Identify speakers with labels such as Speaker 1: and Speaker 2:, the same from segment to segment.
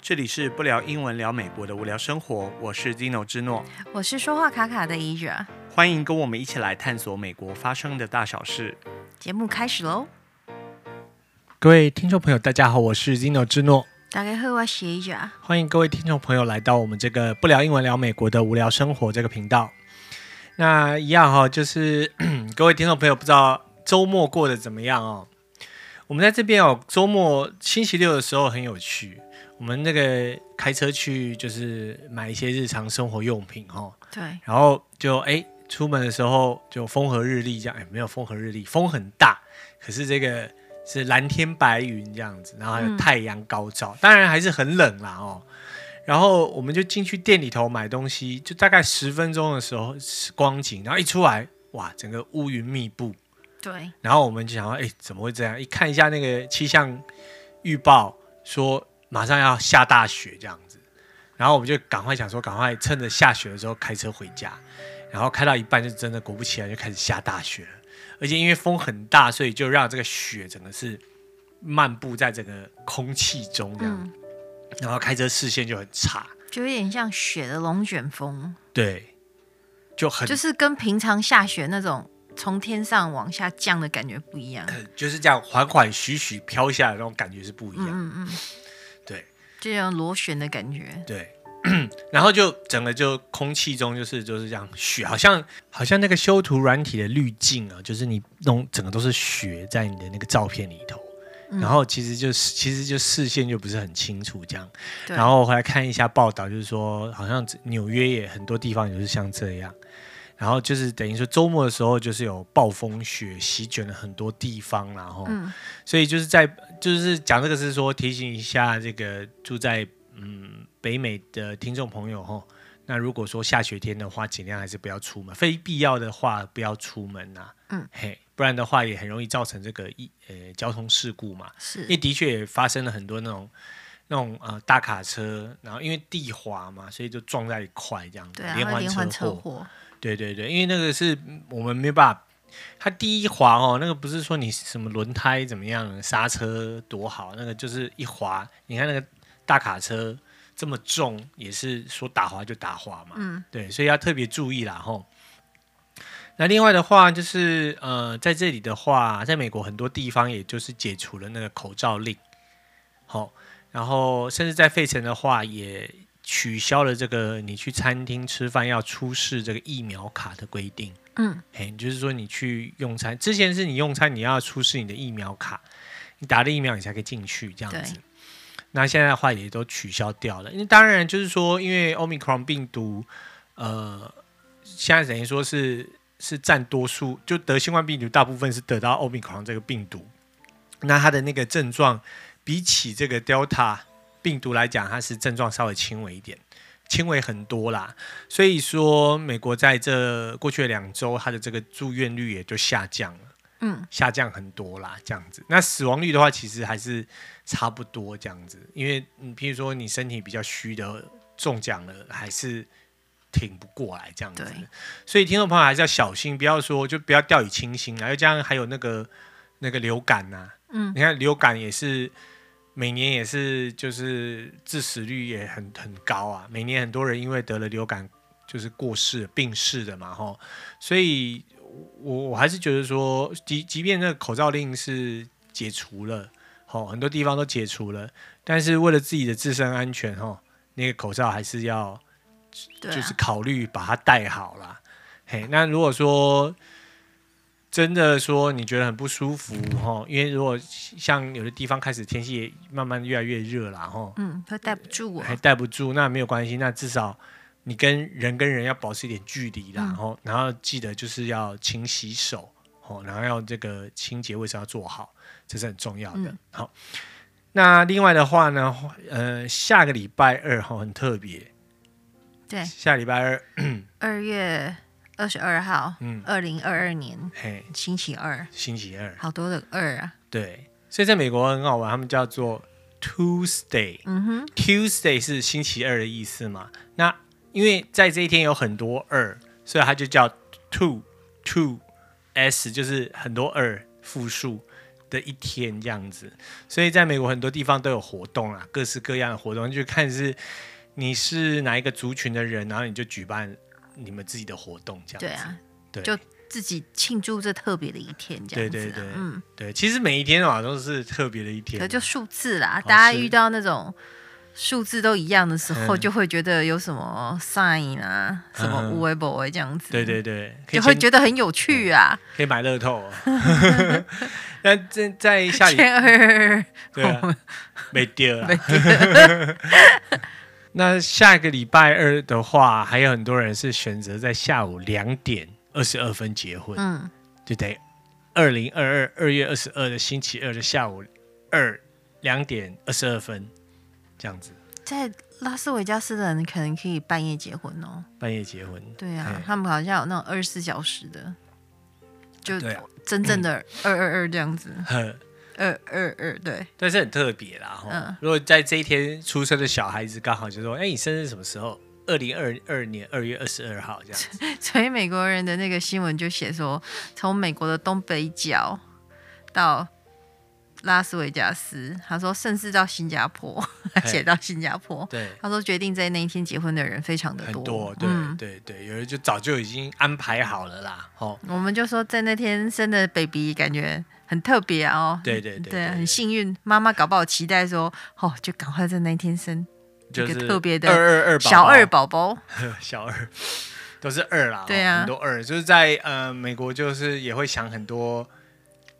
Speaker 1: 这里是不聊英文聊美国的无聊生活，我是 Dino 之诺，
Speaker 2: 我是说话卡卡的伊惹。
Speaker 1: 欢迎跟我们一起来探索美国发生的大小事。
Speaker 2: 节目开始喽！
Speaker 1: 各位听众朋友，大家好，我是 Dino 之诺，
Speaker 2: 大家好，我是伊惹。
Speaker 1: 欢迎各位听众朋友来到我们这个不聊英文聊美国的无聊生活这个频道。那一样哈、就是 各位听众朋友，不知道周末过得怎么样哦？我们在这边哦，周末星期六的时候很有趣，我们那个开车去就是买一些日常生活用品哦，
Speaker 2: 对，
Speaker 1: 然后就哎出门的时候就风和日丽这样，哎没有风和日丽，风很大，可是这个是蓝天白云这样子，然后还有
Speaker 2: 嗯
Speaker 1: 太阳高照，当然还是很冷啦哦。然后我们就进去店里头买东西，就大概十分钟的时候是光景，然后一出来哇，整个乌云密布，
Speaker 2: 对，
Speaker 1: 然后我们就想到哎怎么会这样？一看一下那个气象预报说马上要下大雪这样子。然后我们就赶快想说，赶快趁着下雪的时候开车回家，然后开到一半就真的果不其然就开始下大雪了，而且因为风很大，所以就让这个雪整个是漫步在整个空气中这样，
Speaker 2: 嗯，
Speaker 1: 然后开车视线就很差，
Speaker 2: 就有点像雪的龙卷风，
Speaker 1: 对，就很
Speaker 2: 就是跟平常下雪那种从天上往下降的感觉不一样。
Speaker 1: 就是这样缓缓徐徐飘下来的那种感觉是不一样，
Speaker 2: 嗯嗯嗯，
Speaker 1: 对
Speaker 2: 就有螺旋的感觉。
Speaker 1: 对。 然后就整个就空气中就是就是这样雪，好像好像那个修图软体的滤镜啊，就是你弄整个都是雪在你的那个照片里头，
Speaker 2: 嗯
Speaker 1: 然后其实就是其实就视线就不是很清楚这样。
Speaker 2: 对，
Speaker 1: 然后后来看一下报道，就是说好像纽约也很多地方也是像这样。然后就是等于说周末的时候，就是有暴风雪席卷了很多地方，然后，
Speaker 2: 嗯
Speaker 1: 所以就是在就是讲这个是说提醒一下这个住在嗯北美的听众朋友吼，那如果说下雪天的话，尽量还是不要出门，非必要的话不要出门呐、
Speaker 2: 嗯，
Speaker 1: 嘿，不然的话也很容易造成这个一呃交通事故嘛。因为
Speaker 2: 是，
Speaker 1: 的确也发生了很多那种那种呃大卡车，然后因为地滑嘛，所以就撞在一块这样子，
Speaker 2: 对啊，
Speaker 1: 连
Speaker 2: 会
Speaker 1: 环
Speaker 2: 连环
Speaker 1: 车
Speaker 2: 车
Speaker 1: 祸。
Speaker 2: 祸。
Speaker 1: 对对对，因为那个是嗯我们没办法，它第一滑哦，那个不是说你什么轮胎怎么样，刹车多好，那个就是一滑，你看那个大卡车这么重，也是说打滑就打滑嘛，
Speaker 2: 嗯，
Speaker 1: 对，所以要特别注意啦吼。那另外的话就是呃，在这里的话，在美国很多地方也就是解除了那个口罩令，好、然后甚至在费城的话也取消了这个你去餐厅吃饭要出示这个疫苗卡的规定。
Speaker 2: 嗯，
Speaker 1: 哎，就是说你去用餐之前是你用餐你要出示你的疫苗卡，你打了疫苗你才可以进去这样子
Speaker 2: 对。
Speaker 1: 那现在的话也都取消掉了，因为当然就是说，因为 Omicron 病毒，呃，现在等于说是是占多数，就得新冠病毒大部分是得到 Omicron 这个病毒，那它的那个症状比起这个 Delta 病毒来讲，它是症状稍微轻微一点，轻微很多啦。所以说，美国在这过去的两周，它的这个住院率也就下降了，
Speaker 2: 嗯，
Speaker 1: 下降很多啦，这样子。那死亡率的话，其实还是差不多这样子，因为你譬如说你身体比较虚的中奖了，还是挺不过来这样子
Speaker 2: 对。
Speaker 1: 所以听众朋友还是要小心，不要说就不要掉以轻心啦，又加上还有那个那个流感呐、
Speaker 2: 嗯
Speaker 1: 你看流感也是每年也是就是致死率也很很高啊，每年很多人因为得了流感就是过世病逝的嘛吼，所以我我还是觉得说，即即便那个口罩令是解除了，吼很多地方都解除了，但是为了自己的自身安全吼，那个口罩还是要
Speaker 2: 对
Speaker 1: 就是
Speaker 2: 啊，
Speaker 1: 考虑把它戴好啦。嘿，那如果说真的说你觉得很不舒服哈，因为如果像有的地方开始天气也慢慢越来越热啦哈，
Speaker 2: 嗯，会戴不住我。
Speaker 1: 还戴不住，那没有关系，那至少你跟人跟人要保持一点距离啦，然
Speaker 2: 嗯
Speaker 1: 后、然后记得就是要勤洗手哦，然后要这个清洁卫生要做好，这是很重要的
Speaker 2: 嗯。
Speaker 1: 好、那另外的话呢，呃，下个礼拜二哈很特别，
Speaker 2: 对，
Speaker 1: 下礼拜二，
Speaker 2: 二月二十二号，
Speaker 1: 嗯，
Speaker 2: 二零二二年
Speaker 1: 嘿，
Speaker 2: 星期二，
Speaker 1: 星期二，
Speaker 2: 好多的二啊。
Speaker 1: 对，所以在美国很好玩，他们叫做 Tuesday。
Speaker 2: 嗯哼，
Speaker 1: Tuesday 是星期二的意思嘛？那因为在这一天有很多二，所以它就叫 two two s，就是很多二复数。的一天这样子。所以在美国很多地方都有活动啦，各式各样的活动，就看是你是哪一个族群的人，然后你就举办你们自己的活动这样子。
Speaker 2: 对啊，
Speaker 1: 对
Speaker 2: 就自己庆祝这特别的一天，这
Speaker 1: 对
Speaker 2: 样子、啊，
Speaker 1: 对对
Speaker 2: 嗯，
Speaker 1: 对，其实每一天啊都是特别的一天
Speaker 2: 可
Speaker 1: 啊，
Speaker 2: 就数字啦，
Speaker 1: 哦
Speaker 2: 大家
Speaker 1: 是
Speaker 2: 遇到那种数字都一样的时候，
Speaker 1: 嗯
Speaker 2: 就会觉得有什么 sign 啊，什么
Speaker 1: 嗯
Speaker 2: w e b o 这样子，
Speaker 1: 对对对，可以
Speaker 2: 就会
Speaker 1: 签
Speaker 2: 觉得很有趣啊，
Speaker 1: 可以买乐透、哦。 那在在下礼
Speaker 2: 千二，
Speaker 1: 对啊，没丢了。 那下个礼拜二的话，还有很多人是选择在下午两点二十二分结婚，
Speaker 2: 嗯，
Speaker 1: 就得二零二二二月二十二的星期二的下午二两点二十二分这样子
Speaker 2: 在拉斯维加斯的人可能可以半夜结婚哦，
Speaker 1: 半夜结婚。
Speaker 2: 对啊
Speaker 1: 嗯，
Speaker 2: 他们好像有那种二十四小时的，就
Speaker 1: 对啊
Speaker 2: 真正的二二二这样子，
Speaker 1: 呵
Speaker 2: 二二二对，
Speaker 1: 但是很特别啦，吼
Speaker 2: 嗯
Speaker 1: 如果在这一天出生的小孩子刚好就说：“哎、你生日什么时候？二零二二年二月二十二号这样 子。
Speaker 2: 所以美国人的那个新闻就写说，从美国的东北角到拉斯维加斯，他说甚至到新加坡， 他写到新加坡”，
Speaker 1: 对，
Speaker 2: 他说决定在那一天结婚的人非常的
Speaker 1: 很
Speaker 2: 多，
Speaker 1: 多，对、
Speaker 2: 嗯
Speaker 1: 对对，有人就早就已经安排好了啦，哦，
Speaker 2: 我们就说在那天生的 baby 感觉很特别啊哦，
Speaker 1: 对对对
Speaker 2: 对
Speaker 1: 对
Speaker 2: 啊，很幸运，妈妈搞不好期待说，哦，就赶快在那一天生
Speaker 1: 就
Speaker 2: 一
Speaker 1: 是
Speaker 2: 个特别的
Speaker 1: 二二二宝宝
Speaker 2: 小二宝宝，
Speaker 1: 小二 都是二啦，
Speaker 2: 对
Speaker 1: 哦
Speaker 2: 啊
Speaker 1: 很多二，就是在呃美国就是也会想很多，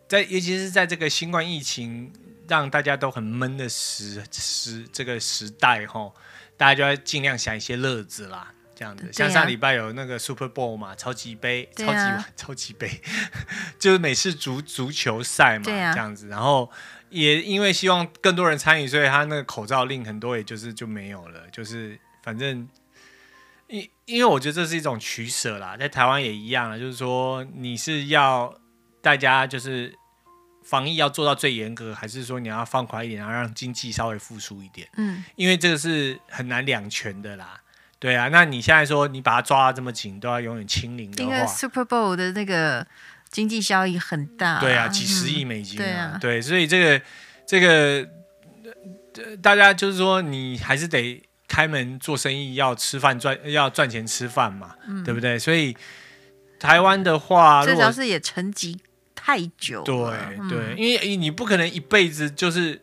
Speaker 1: 在尤其是在这个新冠疫情让大家都很闷的时时这个时代哈，哦大家就要尽量想一些乐子啦。这样子，
Speaker 2: 对
Speaker 1: 像
Speaker 2: 啊
Speaker 1: 上礼拜有那个 Super Bowl 嘛，超级杯，
Speaker 2: 对
Speaker 1: 超级
Speaker 2: 啊
Speaker 1: 超级杯，就是美式足足球赛嘛，
Speaker 2: 对啊
Speaker 1: 这样子。然后也因为希望更多人参与，所以他那个口罩令很多也就是就没有了，就是反正。因因为我觉得这是一种取舍啦，在台湾也一样啊，就是说你是要大家就是防疫要做到最严格，还是说你要放宽一点，然后让经济稍微复苏一点？
Speaker 2: 嗯，
Speaker 1: 因为这个是很难两全的啦。对啊，那你现在说你把它抓到这么紧，都要永远清零的
Speaker 2: 因
Speaker 1: 话，
Speaker 2: 为 Super Bowl 的那个经济效益很大，
Speaker 1: 对啊，几十
Speaker 2: 嗯
Speaker 1: 亿美金、
Speaker 2: 对啊
Speaker 1: 对，所以这个这个、呃大家就是说，你还是得开门做生意，要吃饭赚，要赚钱吃饭嘛，对不对？所以台湾的话，
Speaker 2: 最
Speaker 1: 如
Speaker 2: 主要
Speaker 1: 果
Speaker 2: 嗯是也沉寂太久
Speaker 1: 对
Speaker 2: 了，嗯
Speaker 1: 对，因为你不可能一辈子就是。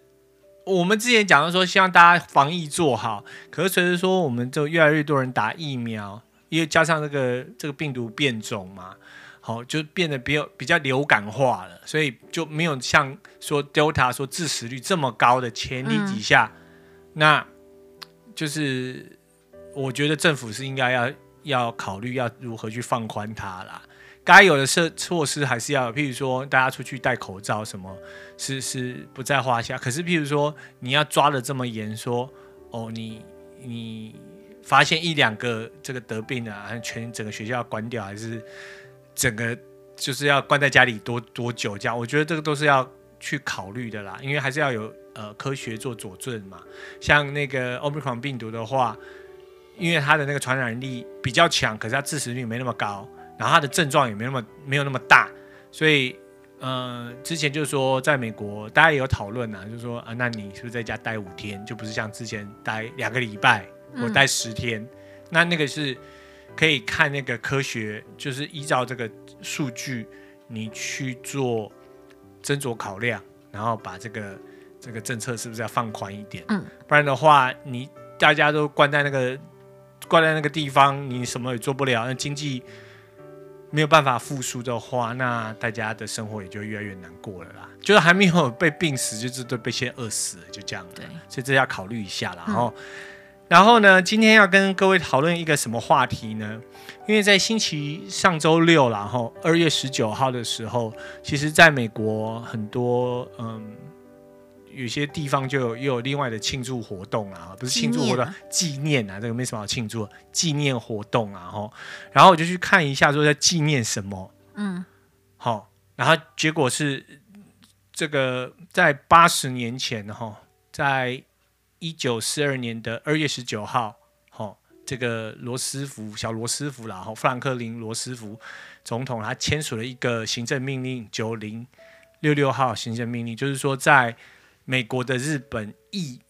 Speaker 1: 我们之前讲到说，希望大家防疫做好，可是随着说我们就越来越多人打疫苗，因为加上这个这个病毒变种嘛，好、就变得比较比较流感化了，所以就没有像说 Delta 说致死率这么高的前提底下，那就是我觉得政府是应该要要考虑要如何去放宽它啦。该有的设措施还是要有，譬如说大家出去戴口罩什么，是是不在话下。可是譬如说你要抓的这么严，说哦你你发现一两个这个得病的、啊，全整个学校要关掉，还是整个就是要关在家里多多久这样？我觉得这个都是要去考虑的啦，因为还是要有呃科学做佐证嘛。像那个 Omicron 病毒的话，因为它的那个传染力比较强，可是它致死率没那么高，然后它的症状也没那么没有那么大，所以。呃，之前就是说，在美国大家也有讨论啊，就是说啊，那你是不是在家待五天，就不是像之前待两个礼拜
Speaker 2: 嗯
Speaker 1: 或待十天？那那个是可以看那个科学，就是依照这个数据，你去做斟酌考量，然后把这个这个政策是不是要放宽一点？
Speaker 2: 嗯，
Speaker 1: 不然的话，你大家都关在那个关在那个地方，你什么也做不了，那经济没有办法复苏的话，那大家的生活也就越来越难过了啦。就是还没有被病死，就是都被先饿死了，就这样了。
Speaker 2: 对嗯
Speaker 1: 所以这要考虑一下啦。然后、然后呢，今天要跟各位讨论一个什么话题呢？因为在星期上周六啦，然后二月十九号的时候，其实在美国很多嗯。有些地方就有又有另外的庆祝活动啊，不是庆祝活动，纪念啊，这个没什么好庆祝的，纪念活动啊，吼。然后我就去看一下，说在纪念什么，
Speaker 2: 嗯，
Speaker 1: 好、然后结果是这个在八十年前哈、吼在一九四二年的二月十九号，哈、这个罗斯福小罗斯福啦，哈、富兰克林罗斯福总统他签署了一个行政命令九零六六号行政命令，就是说在美国的日本裔，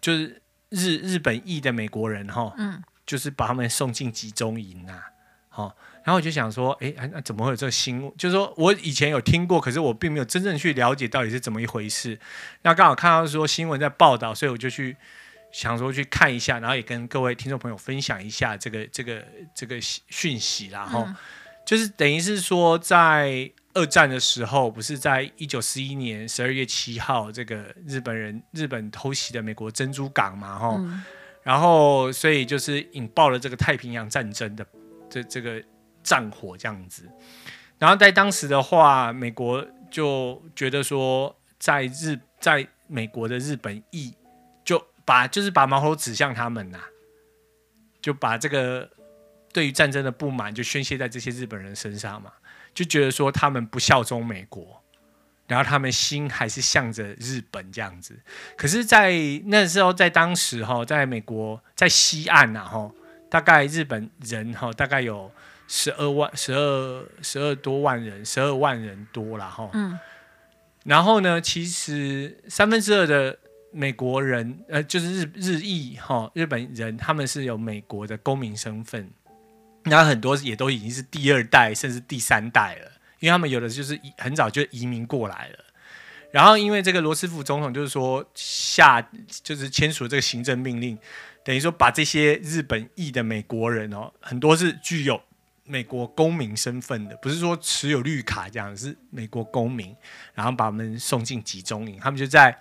Speaker 1: 就是日日本裔的美国人哈，
Speaker 2: 嗯，
Speaker 1: 就是把他们送进集中营啊，好、然后我就想说，哎，啊那、怎么会有这个新闻？就是说我以前有听过，可是我并没有真正去了解到底是怎么一回事。那刚好看到说新闻在报道，所以我就去想说去看一下，然后也跟各位听众朋友分享一下这个这个这个讯息啦，哈、
Speaker 2: 嗯
Speaker 1: 就是等于是说，在二战的时候，不是在一九四一年十二月七号，这个日本人日本偷袭的美国珍珠港嘛，哈、
Speaker 2: 嗯
Speaker 1: 然后所以就是引爆了这个太平洋战争的这这个战火这样子。然后在当时的话，美国就觉得说，在日在美国的日本裔就把就是把矛头指向他们呐、就把这个对于战争的不满就宣泄在这些日本人身上嘛，就觉得说他们不效忠美国。然后他们心还是向着日本这样子，可是，在那时候，在当时哈、在美国，在西岸呐、啊、哈、大概日本人哈、大概有十二万、十二十二多万人，十二万人多啦哈、
Speaker 2: 嗯
Speaker 1: 然后呢，其实三分之二的美国人，呃，就是日日裔哈、日本人，他们是有美国的公民身份，然后很多也都已经是第二代甚至第三代了，因为他们有的就是移很早就移民过来了。然后因为这个罗斯福总统就是说下就是签署这个行政命令，等于说把这些日本裔的美国人哦，很多是具有美国公民身份的，不是说持有绿卡这样，是美国公民，然后把我们送进集中营，他们就在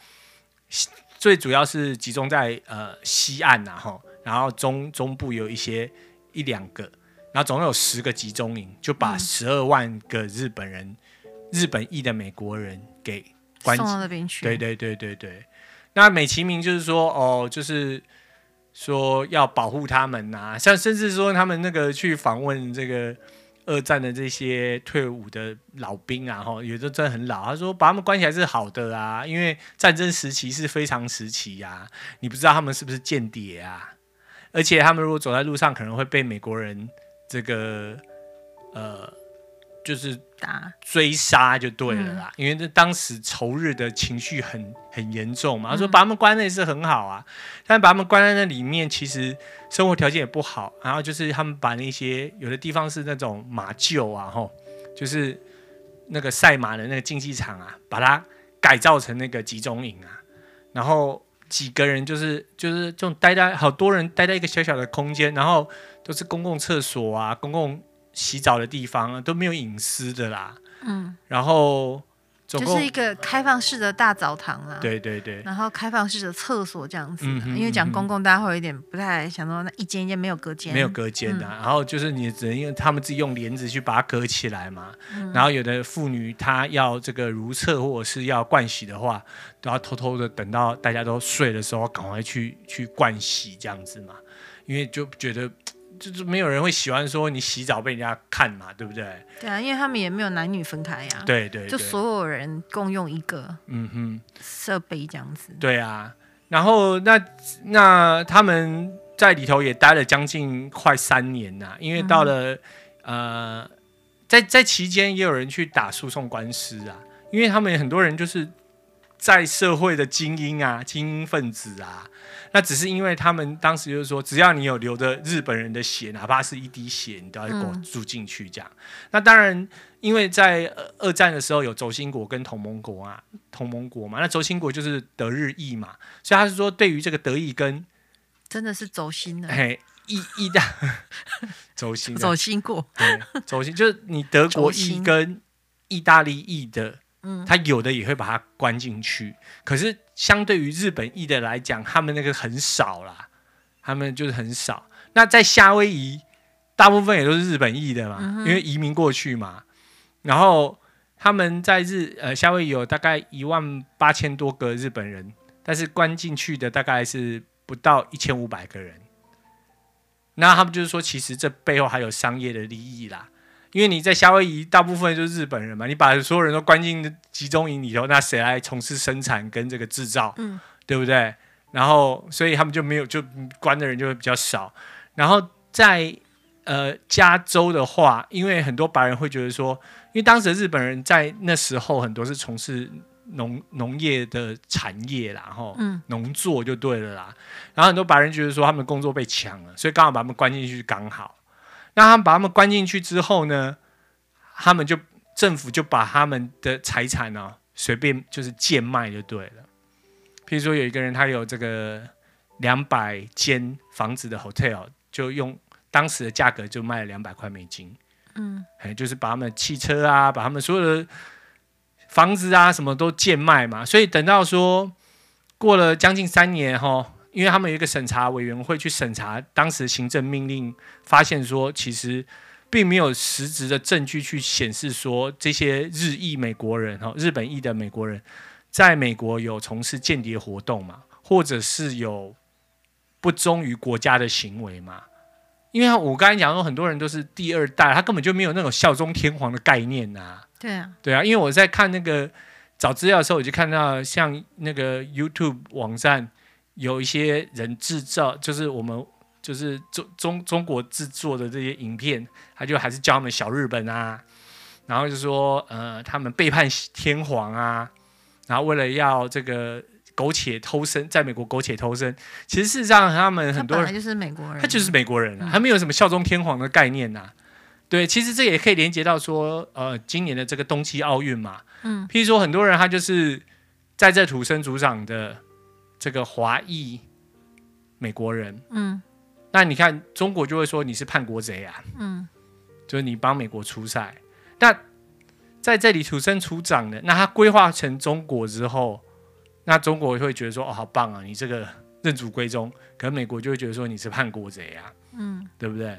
Speaker 1: 最主要是集中在呃西岸呐、啊、哈，然后中中部有一些一两个，然后总共有十个集中营，就把
Speaker 2: 嗯
Speaker 1: 十二万个日本人、日本裔的美国人给关
Speaker 2: 送
Speaker 1: 进
Speaker 2: 到那边去，
Speaker 1: 对对对对对。那美其名就是说，哦，就是说要保护他们呐、像甚至说他们那个去访问这个二战的这些退伍的老兵啊，哈，有的真的很老，他说把他们关起来是好的啊，因为战争时期是非常时期呀、你不知道他们是不是间谍啊，而且他们如果走在路上，可能会被美国人这个呃，就是
Speaker 2: 打，
Speaker 1: 追杀就对了啦，因为这当时仇日的情绪很很严重嘛，他说把他们关在那是很好啊，但把他们关在那里面，其实生活条件也不好，然后就是他们把那些有的地方是那种马厩啊，吼，就是那个赛马的那个竞技场啊，把它改造成那个集中营啊，然后几个人就是就是这种待在好多人待在一个小小的空间，然后都是公共厕所啊，公共。洗澡的地方啊，都没有隐私的啦。
Speaker 2: 嗯，
Speaker 1: 然后总
Speaker 2: 就
Speaker 1: 共、
Speaker 2: 是一个开放式的大澡堂啊，，
Speaker 1: 对对对
Speaker 2: 然后开放式的厕所这样子的
Speaker 1: 嗯，哼
Speaker 2: 因为
Speaker 1: 嗯
Speaker 2: 讲
Speaker 1: 哼
Speaker 2: 公共，大家会有一点不太想说那一间一间没有隔间，嗯
Speaker 1: 没有隔间的、啊然后就是你只能用他们自己用帘子去把它隔起来嘛。
Speaker 2: 嗯
Speaker 1: 然后有的妇女她要这个如厕或者是要盥洗的话，都要偷偷的等到大家都睡的时候，赶快去去盥洗这样子嘛，因为就觉得。就是没有人会喜欢说你洗澡被人家看嘛，对不对？
Speaker 2: 对啊，因为他们也没有男女分开呀，，
Speaker 1: 对对对，
Speaker 2: 就所有人共用一个
Speaker 1: 嗯哼，
Speaker 2: 设备这样子，
Speaker 1: 对啊，然后那那他们在里头也待了将近快三年呐、因为到了、呃，在在期间也有人去打诉讼官司啊，因为他们很多人就是在社会的精英啊、精英分子啊，那只是因为他们当时就是说，只要你有流着日本人的血，哪怕是一滴血，你都要给我
Speaker 2: 嗯
Speaker 1: 住进去这样。那当然，因为在呃二战的时候有轴心国跟同盟国啊，同盟国嘛，那轴心国就是德日意嘛，所以他是说对于这个德意跟
Speaker 2: 真的是走心了，
Speaker 1: 嘿意意大 轴心啊
Speaker 2: 走心过，
Speaker 1: 对轴心就是你德国
Speaker 2: 轴心
Speaker 1: 意跟意大利意的，
Speaker 2: 嗯
Speaker 1: 他有的也会把它关进去，可是相对于日本意的来讲，他们那个很少啦，他们就是很少。那在夏威夷，大部分也都是日本裔的嘛，
Speaker 2: 嗯哼
Speaker 1: 因为移民过去嘛。然后他们在日呃夏威夷有大概一万八千多个日本人，但是关进去的大概是不到一千五百个人。那他们就是说，其实这背后还有商业的利益啦。因为你在夏威夷大部分就是日本人嘛，你把所有人都关进集中营里头，那谁来从事生产跟这个制造？
Speaker 2: 嗯，
Speaker 1: 对不对？然后所以他们就没有就关的人就会比较少。然后在呃，加州的话，因为很多白人会觉得说，因为当时的日本人在那时候很多是从事农农业的产业啦，哈，
Speaker 2: 嗯，
Speaker 1: 农作就对了啦。然后很多白人觉得说他们的工作被抢了，所以刚好把他们关进去刚好。那他们把他们关进去之后呢，他们就政府就把他们的财产呢、随便就是贱卖就对了。譬如说有一个人他有这个两百间房子的 hotel，就用当时的价格就卖了两百块美金。
Speaker 2: 嗯，
Speaker 1: 哎，就是把他们的汽车啊，把他们所有的房子啊，什么都贱卖嘛。所以等到说过了将近三年哈，因为他们有一个审查委员会去审查当时行政命令，发现说其实并没有实质的证据去显示说这些日裔美国人哈，日本裔的美国人在美国有从事间谍活动嘛，或者是有不忠于国家的行为嘛。因为我刚才讲说，很多人都是第二代，他根本就没有那种效忠天皇的概念呐、
Speaker 2: 对啊，
Speaker 1: 对啊，因为我在看那个找资料的时候，我就看到像那个 YouTube 网站有一些人制造，就是我们就是中中中国制作的这些影片，他就还是叫他们小日本啊，然后就说呃他们背叛天皇啊，然后为了要这个苟且偷生，在美国苟且偷生，其实事实上他们
Speaker 2: 他
Speaker 1: 很多
Speaker 2: 本
Speaker 1: 人
Speaker 2: 来就是美国人，
Speaker 1: 他就是美国人啊
Speaker 2: 嗯，
Speaker 1: 他没有什么效忠天皇的概念呐、啊对，其实这也可以连接到说，呃，今年的这个冬季奥运嘛，
Speaker 2: 嗯，
Speaker 1: 譬如说很多人他就是在这土生土长的这个华裔美国人，
Speaker 2: 嗯
Speaker 1: 那你看中国就会说你是叛国贼啊，
Speaker 2: 嗯
Speaker 1: 就是你帮美国出赛。那在这里土生土长的，那他规划成中国之后，那中国会觉得说，哦，好棒啊，你这个认祖归宗，可能美国就会觉得说你是叛国贼啊。
Speaker 2: 嗯，
Speaker 1: 对不对？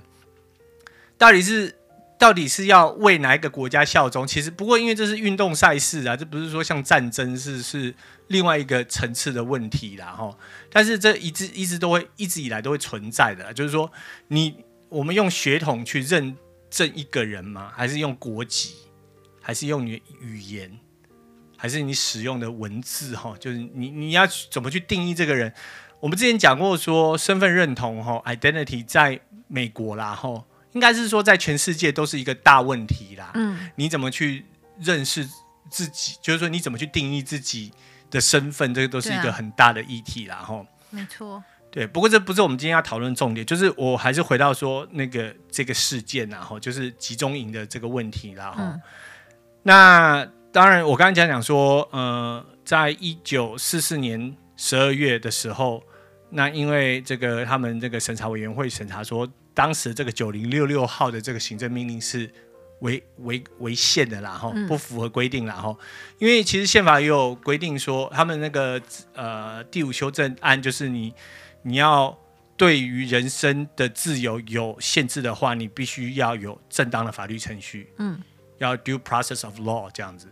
Speaker 1: 到底是到底是要为哪一个国家效忠？其实不过因为这是运动赛事啊，这不是说像战争是是另外一个层次的问题啦哈。但是这一直一直都会一直以来都会存在的啦，就是说你我们用血统去认证一个人吗？还是用国籍？还是用你的语言？还是你使用的文字哈，就是你你要去怎么去定义这个人？我们之前讲过说身份认同哈，identity 在美国啦，吼，应该是说在全世界都是一个大问题啦。
Speaker 2: 嗯，
Speaker 1: 你怎么去认识自己？就是说你怎么去定义自己的身份，这个都是一
Speaker 2: 对
Speaker 1: 个
Speaker 2: 啊
Speaker 1: 很大的议题啦，吼。
Speaker 2: 没错，
Speaker 1: 对，不过这不是我们今天要讨论重点，就是我还是回到说那个这个事件然、啊、后就是集中营的这个问题啦哈。
Speaker 2: 嗯
Speaker 1: 那当然，我刚才讲讲说，呃，在一九四四年十二月的时候，那因为这个他们这个审查委员会审查说，当时这个九零六六号的这个行政命令是违违违宪的啦哈，
Speaker 2: 嗯
Speaker 1: 不符合规定啦哈。因为其实宪法也有规定说，他们那个呃第五修正案就是你你要对于人身的自由有限制的话，你必须要有正当的法律程序，
Speaker 2: 嗯，
Speaker 1: 要 due process of law 这样子。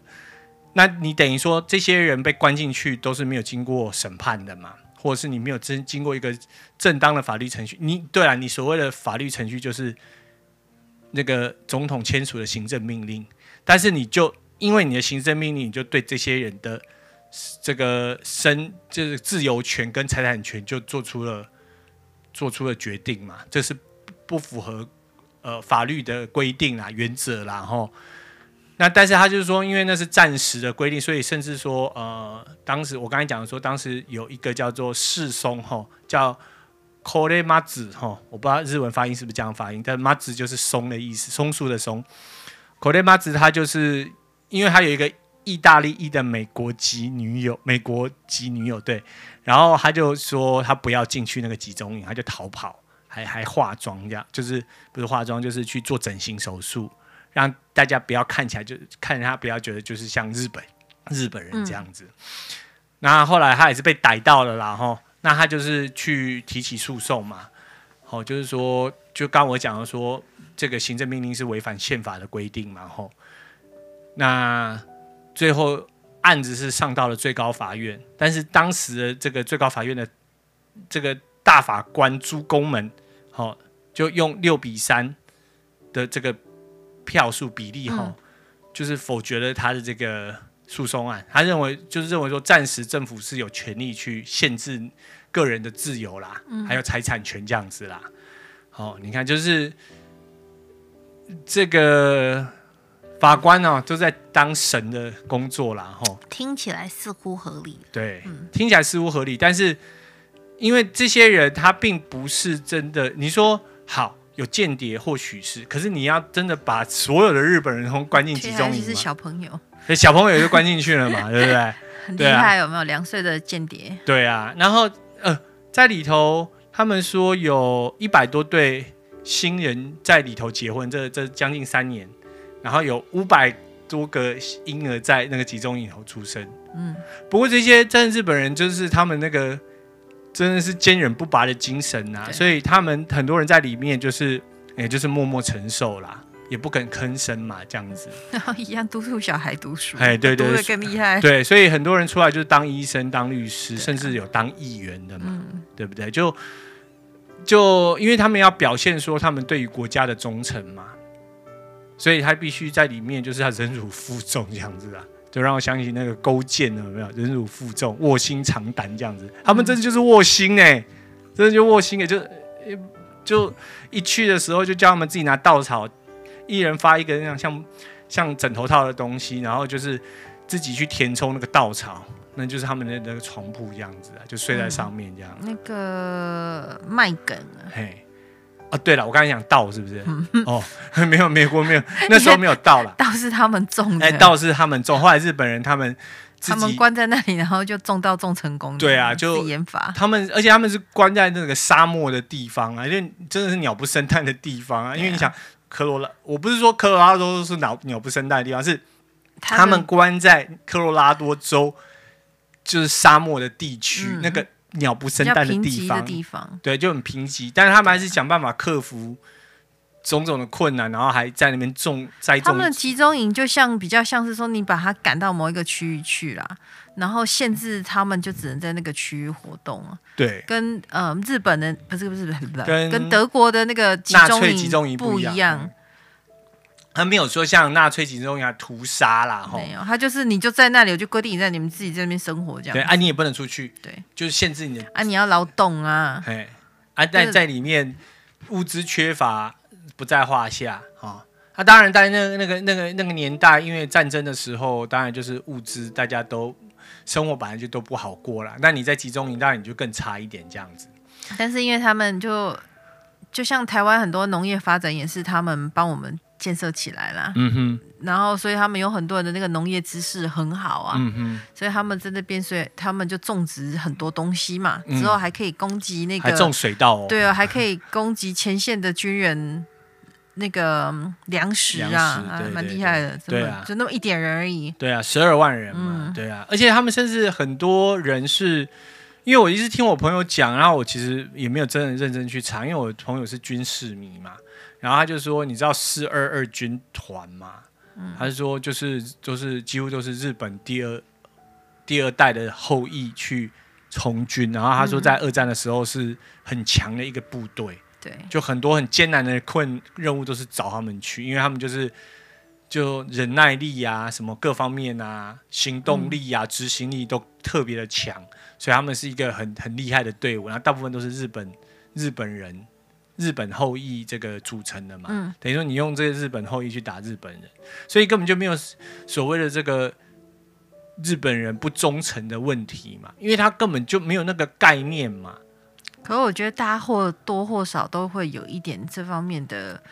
Speaker 1: 那你等于说这些人被关进去都是没有经过审判的嘛，或者是你没有真经过一个正当的法律程序？你对啊，你所谓的法律程序就是那个总统签署的行政命令，但是你就因为你的行政命令，你就对这些人的这个身就是自由权跟财产权就做出了做出了决定嘛，这是不符合呃法律的规定啦、原则啦，吼。那但是他就是说，因为那是暂时的规定，所以甚至说，呃，当时我刚才讲的说，当时有一个叫做世松吼，叫 k o r e m a z 吼，我不知道日文发音是不是这样发音，但 m a z 就是松的意思，松树的松。k o r e m a z 他就是因为他有一个意大利裔的美国籍女友，美国籍女友对，然后他就说他不要进去那个集中营，他就逃跑，还还化妆这样，就是不是化妆，就是去做整形手术，让大家不要看起来就看着他不要觉得就是像日本日本人这样子。那后来他也是被逮到了啦，吼，那他就是去提起诉讼嘛，哦，就是说，就刚我讲的说，这个行政命令是违反宪法的规定嘛，吼，那最后案子是上到了最高法院，但是当时的这个最高法院的这个大法官朱公门，哦，就用六比三的这个票数比例，哈、
Speaker 2: 嗯
Speaker 1: 就是否决了他的这个诉讼案。他认为就是认为说，暂时政府是有权利去限制个人的自由啦，还有财产权这样子啦。哦，你看，就是这个法官啊，都在当神的工作啦，吼。
Speaker 2: 听起来似乎合理。
Speaker 1: 对，听起来似乎合理，但是因为这些人他并不是真的，你说好有间谍或许是，可是你要真的把所有的日本人都关进集
Speaker 2: 对，
Speaker 1: 中
Speaker 2: 尤其
Speaker 1: 营
Speaker 2: 是
Speaker 1: 嘛，
Speaker 2: 小朋友，
Speaker 1: 对小朋友就关进去了嘛，对不对？
Speaker 2: 很厉
Speaker 1: 对啊
Speaker 2: 害，有没有？两岁的间谍，
Speaker 1: 对啊，然后呃，在里头他们说有一百多对新人在里头结婚，这这将近三年，然后有五百多个婴儿在那个集中营里头出生。
Speaker 2: 嗯，
Speaker 1: 不过这些真的日本人就是他们那个真的是坚韧不拔的精神啊，
Speaker 2: 对
Speaker 1: 所以他们很多人在里面就是也就是默默承受啦，也不肯吭声嘛，这样子。
Speaker 2: 然后一样督促小孩读书，
Speaker 1: 哎对对
Speaker 2: 读的更厉害。
Speaker 1: 对，所以很多人出来就是当医生、当律师，
Speaker 2: 对啊
Speaker 1: 甚至有当议员的嘛，
Speaker 2: 嗯
Speaker 1: 对不对？就就因为他们要表现说他们对于国家的忠诚嘛，所以他必须在里面就是要忍辱负重这样子啊。就让我想起那个勾践了，有没有忍辱负重、卧薪尝胆这样子？他们真的就是卧薪哎、真的就卧薪哎、就就一去的时候就叫他们自己拿稻草，一人发一个那样像像枕头套的东西，然后就是自己去填充那个稻草，那就是他们的那个床铺这样子啊，就睡在上面这样。
Speaker 2: 那个麦梗啊，
Speaker 1: 嘿，啊，对了，我刚才讲稻是不是？
Speaker 2: 嗯
Speaker 1: 哦， 没有美国没 有，那时候没有稻啦。
Speaker 2: 倒是他们种的，
Speaker 1: 哎，稻是他们种，后来日本人他们自
Speaker 2: 嗯他们
Speaker 1: 己。
Speaker 2: 关在那里，然后就种稻种成功的。
Speaker 1: 对啊就
Speaker 2: 自己研发。
Speaker 1: 他们，而且他们是关在那个沙漠的地方啊，因为真的是鸟不生蛋的地方啊。因为你想，科罗拉，我不是说科罗拉多是鸟鸟不生蛋的地方，是他们关在科罗拉多州，就是沙漠的地区，
Speaker 2: 嗯
Speaker 1: 那个鸟不
Speaker 2: 比
Speaker 1: 生
Speaker 2: 较
Speaker 1: 蛋
Speaker 2: 贫
Speaker 1: 地
Speaker 2: 瘠
Speaker 1: 方，
Speaker 2: 的地方，
Speaker 1: 对，就很贫瘠。但是他们还是想办法克服种种的困难，然后还在那边种栽
Speaker 2: 他
Speaker 1: 种
Speaker 2: 们的集中营就像比较像是说，你把它赶到某一个区域去啦，然后限制他们就只能在那个区域活动啊。
Speaker 1: 对
Speaker 2: 跟呃日本的不是不是不是不是
Speaker 1: 跟
Speaker 2: 跟德国的那个集
Speaker 1: 纳
Speaker 2: 中
Speaker 1: 粹
Speaker 2: 营
Speaker 1: 集中营
Speaker 2: 不
Speaker 1: 一
Speaker 2: 一
Speaker 1: 样。，他没有说像纳粹集中营啊屠杀啦，吼
Speaker 2: 没，有，他就是你就在那里，我就规定你在你们自己这边生活这
Speaker 1: 对
Speaker 2: 样。
Speaker 1: 啊，你也不能出去，
Speaker 2: 对
Speaker 1: 就是限制你的
Speaker 2: 啊，你要劳动啊，
Speaker 1: 哎，啊，
Speaker 2: 但
Speaker 1: 但
Speaker 2: 是
Speaker 1: 在里面物资缺乏不在话下啊。哦那、当然，在那个那个那个那个年代，因为战争的时候，当然就是物资大家都生活本来就都不好过了。那你在集中营，当然你就更差一点这样子。
Speaker 2: 但是因为他们就就像台湾很多农业发展也是他们帮我们建设起来啦，
Speaker 1: 嗯哼，
Speaker 2: 然后所以他们有很多人的那个农业知识很好啊，
Speaker 1: 嗯哼，
Speaker 2: 所以他们在那边所以他们就种植很多东西嘛，
Speaker 1: 嗯
Speaker 2: 之后还可以供给那
Speaker 1: 还种
Speaker 2: 个
Speaker 1: 水稻哦，
Speaker 2: 对啊，还可以供给前线的军人。那个嗯粮食啊，
Speaker 1: 粮食
Speaker 2: 啊
Speaker 1: 对
Speaker 2: 蛮
Speaker 1: 对
Speaker 2: 厉害的，
Speaker 1: 对
Speaker 2: 真的
Speaker 1: 啊
Speaker 2: 就那么一点人而已。
Speaker 1: 对啊，十二万人嘛，
Speaker 2: 嗯
Speaker 1: 对啊，而且他们甚至很多人是，因为我一直听我朋友讲，然后我其实也没有真的认真去查，因为我朋友是军事迷嘛，然后他就说，你知道四二二军团吗？他是说就是就是几乎都是日本第二第二代的后裔去从军，然后他说在二战的时候是很强的一个部队，
Speaker 2: 对，
Speaker 1: 就很多很艰难的困任务都是找他们去，因为他们就是就忍耐力啊，什么各方面啊，行动力啊，执行力都特别的强，所以他们是一个很很厉害的队伍。然后大部分都是日本日本人、日本后裔这个组成的嘛，
Speaker 2: 嗯
Speaker 1: 等于说你用这个日本后裔去打日本人，所以根本就没有所谓的这个。日本人不忠诚的问题嘛，因为他根本就没有那个概念嘛，
Speaker 2: 可是我觉得大家或多或少都会有一点这方面的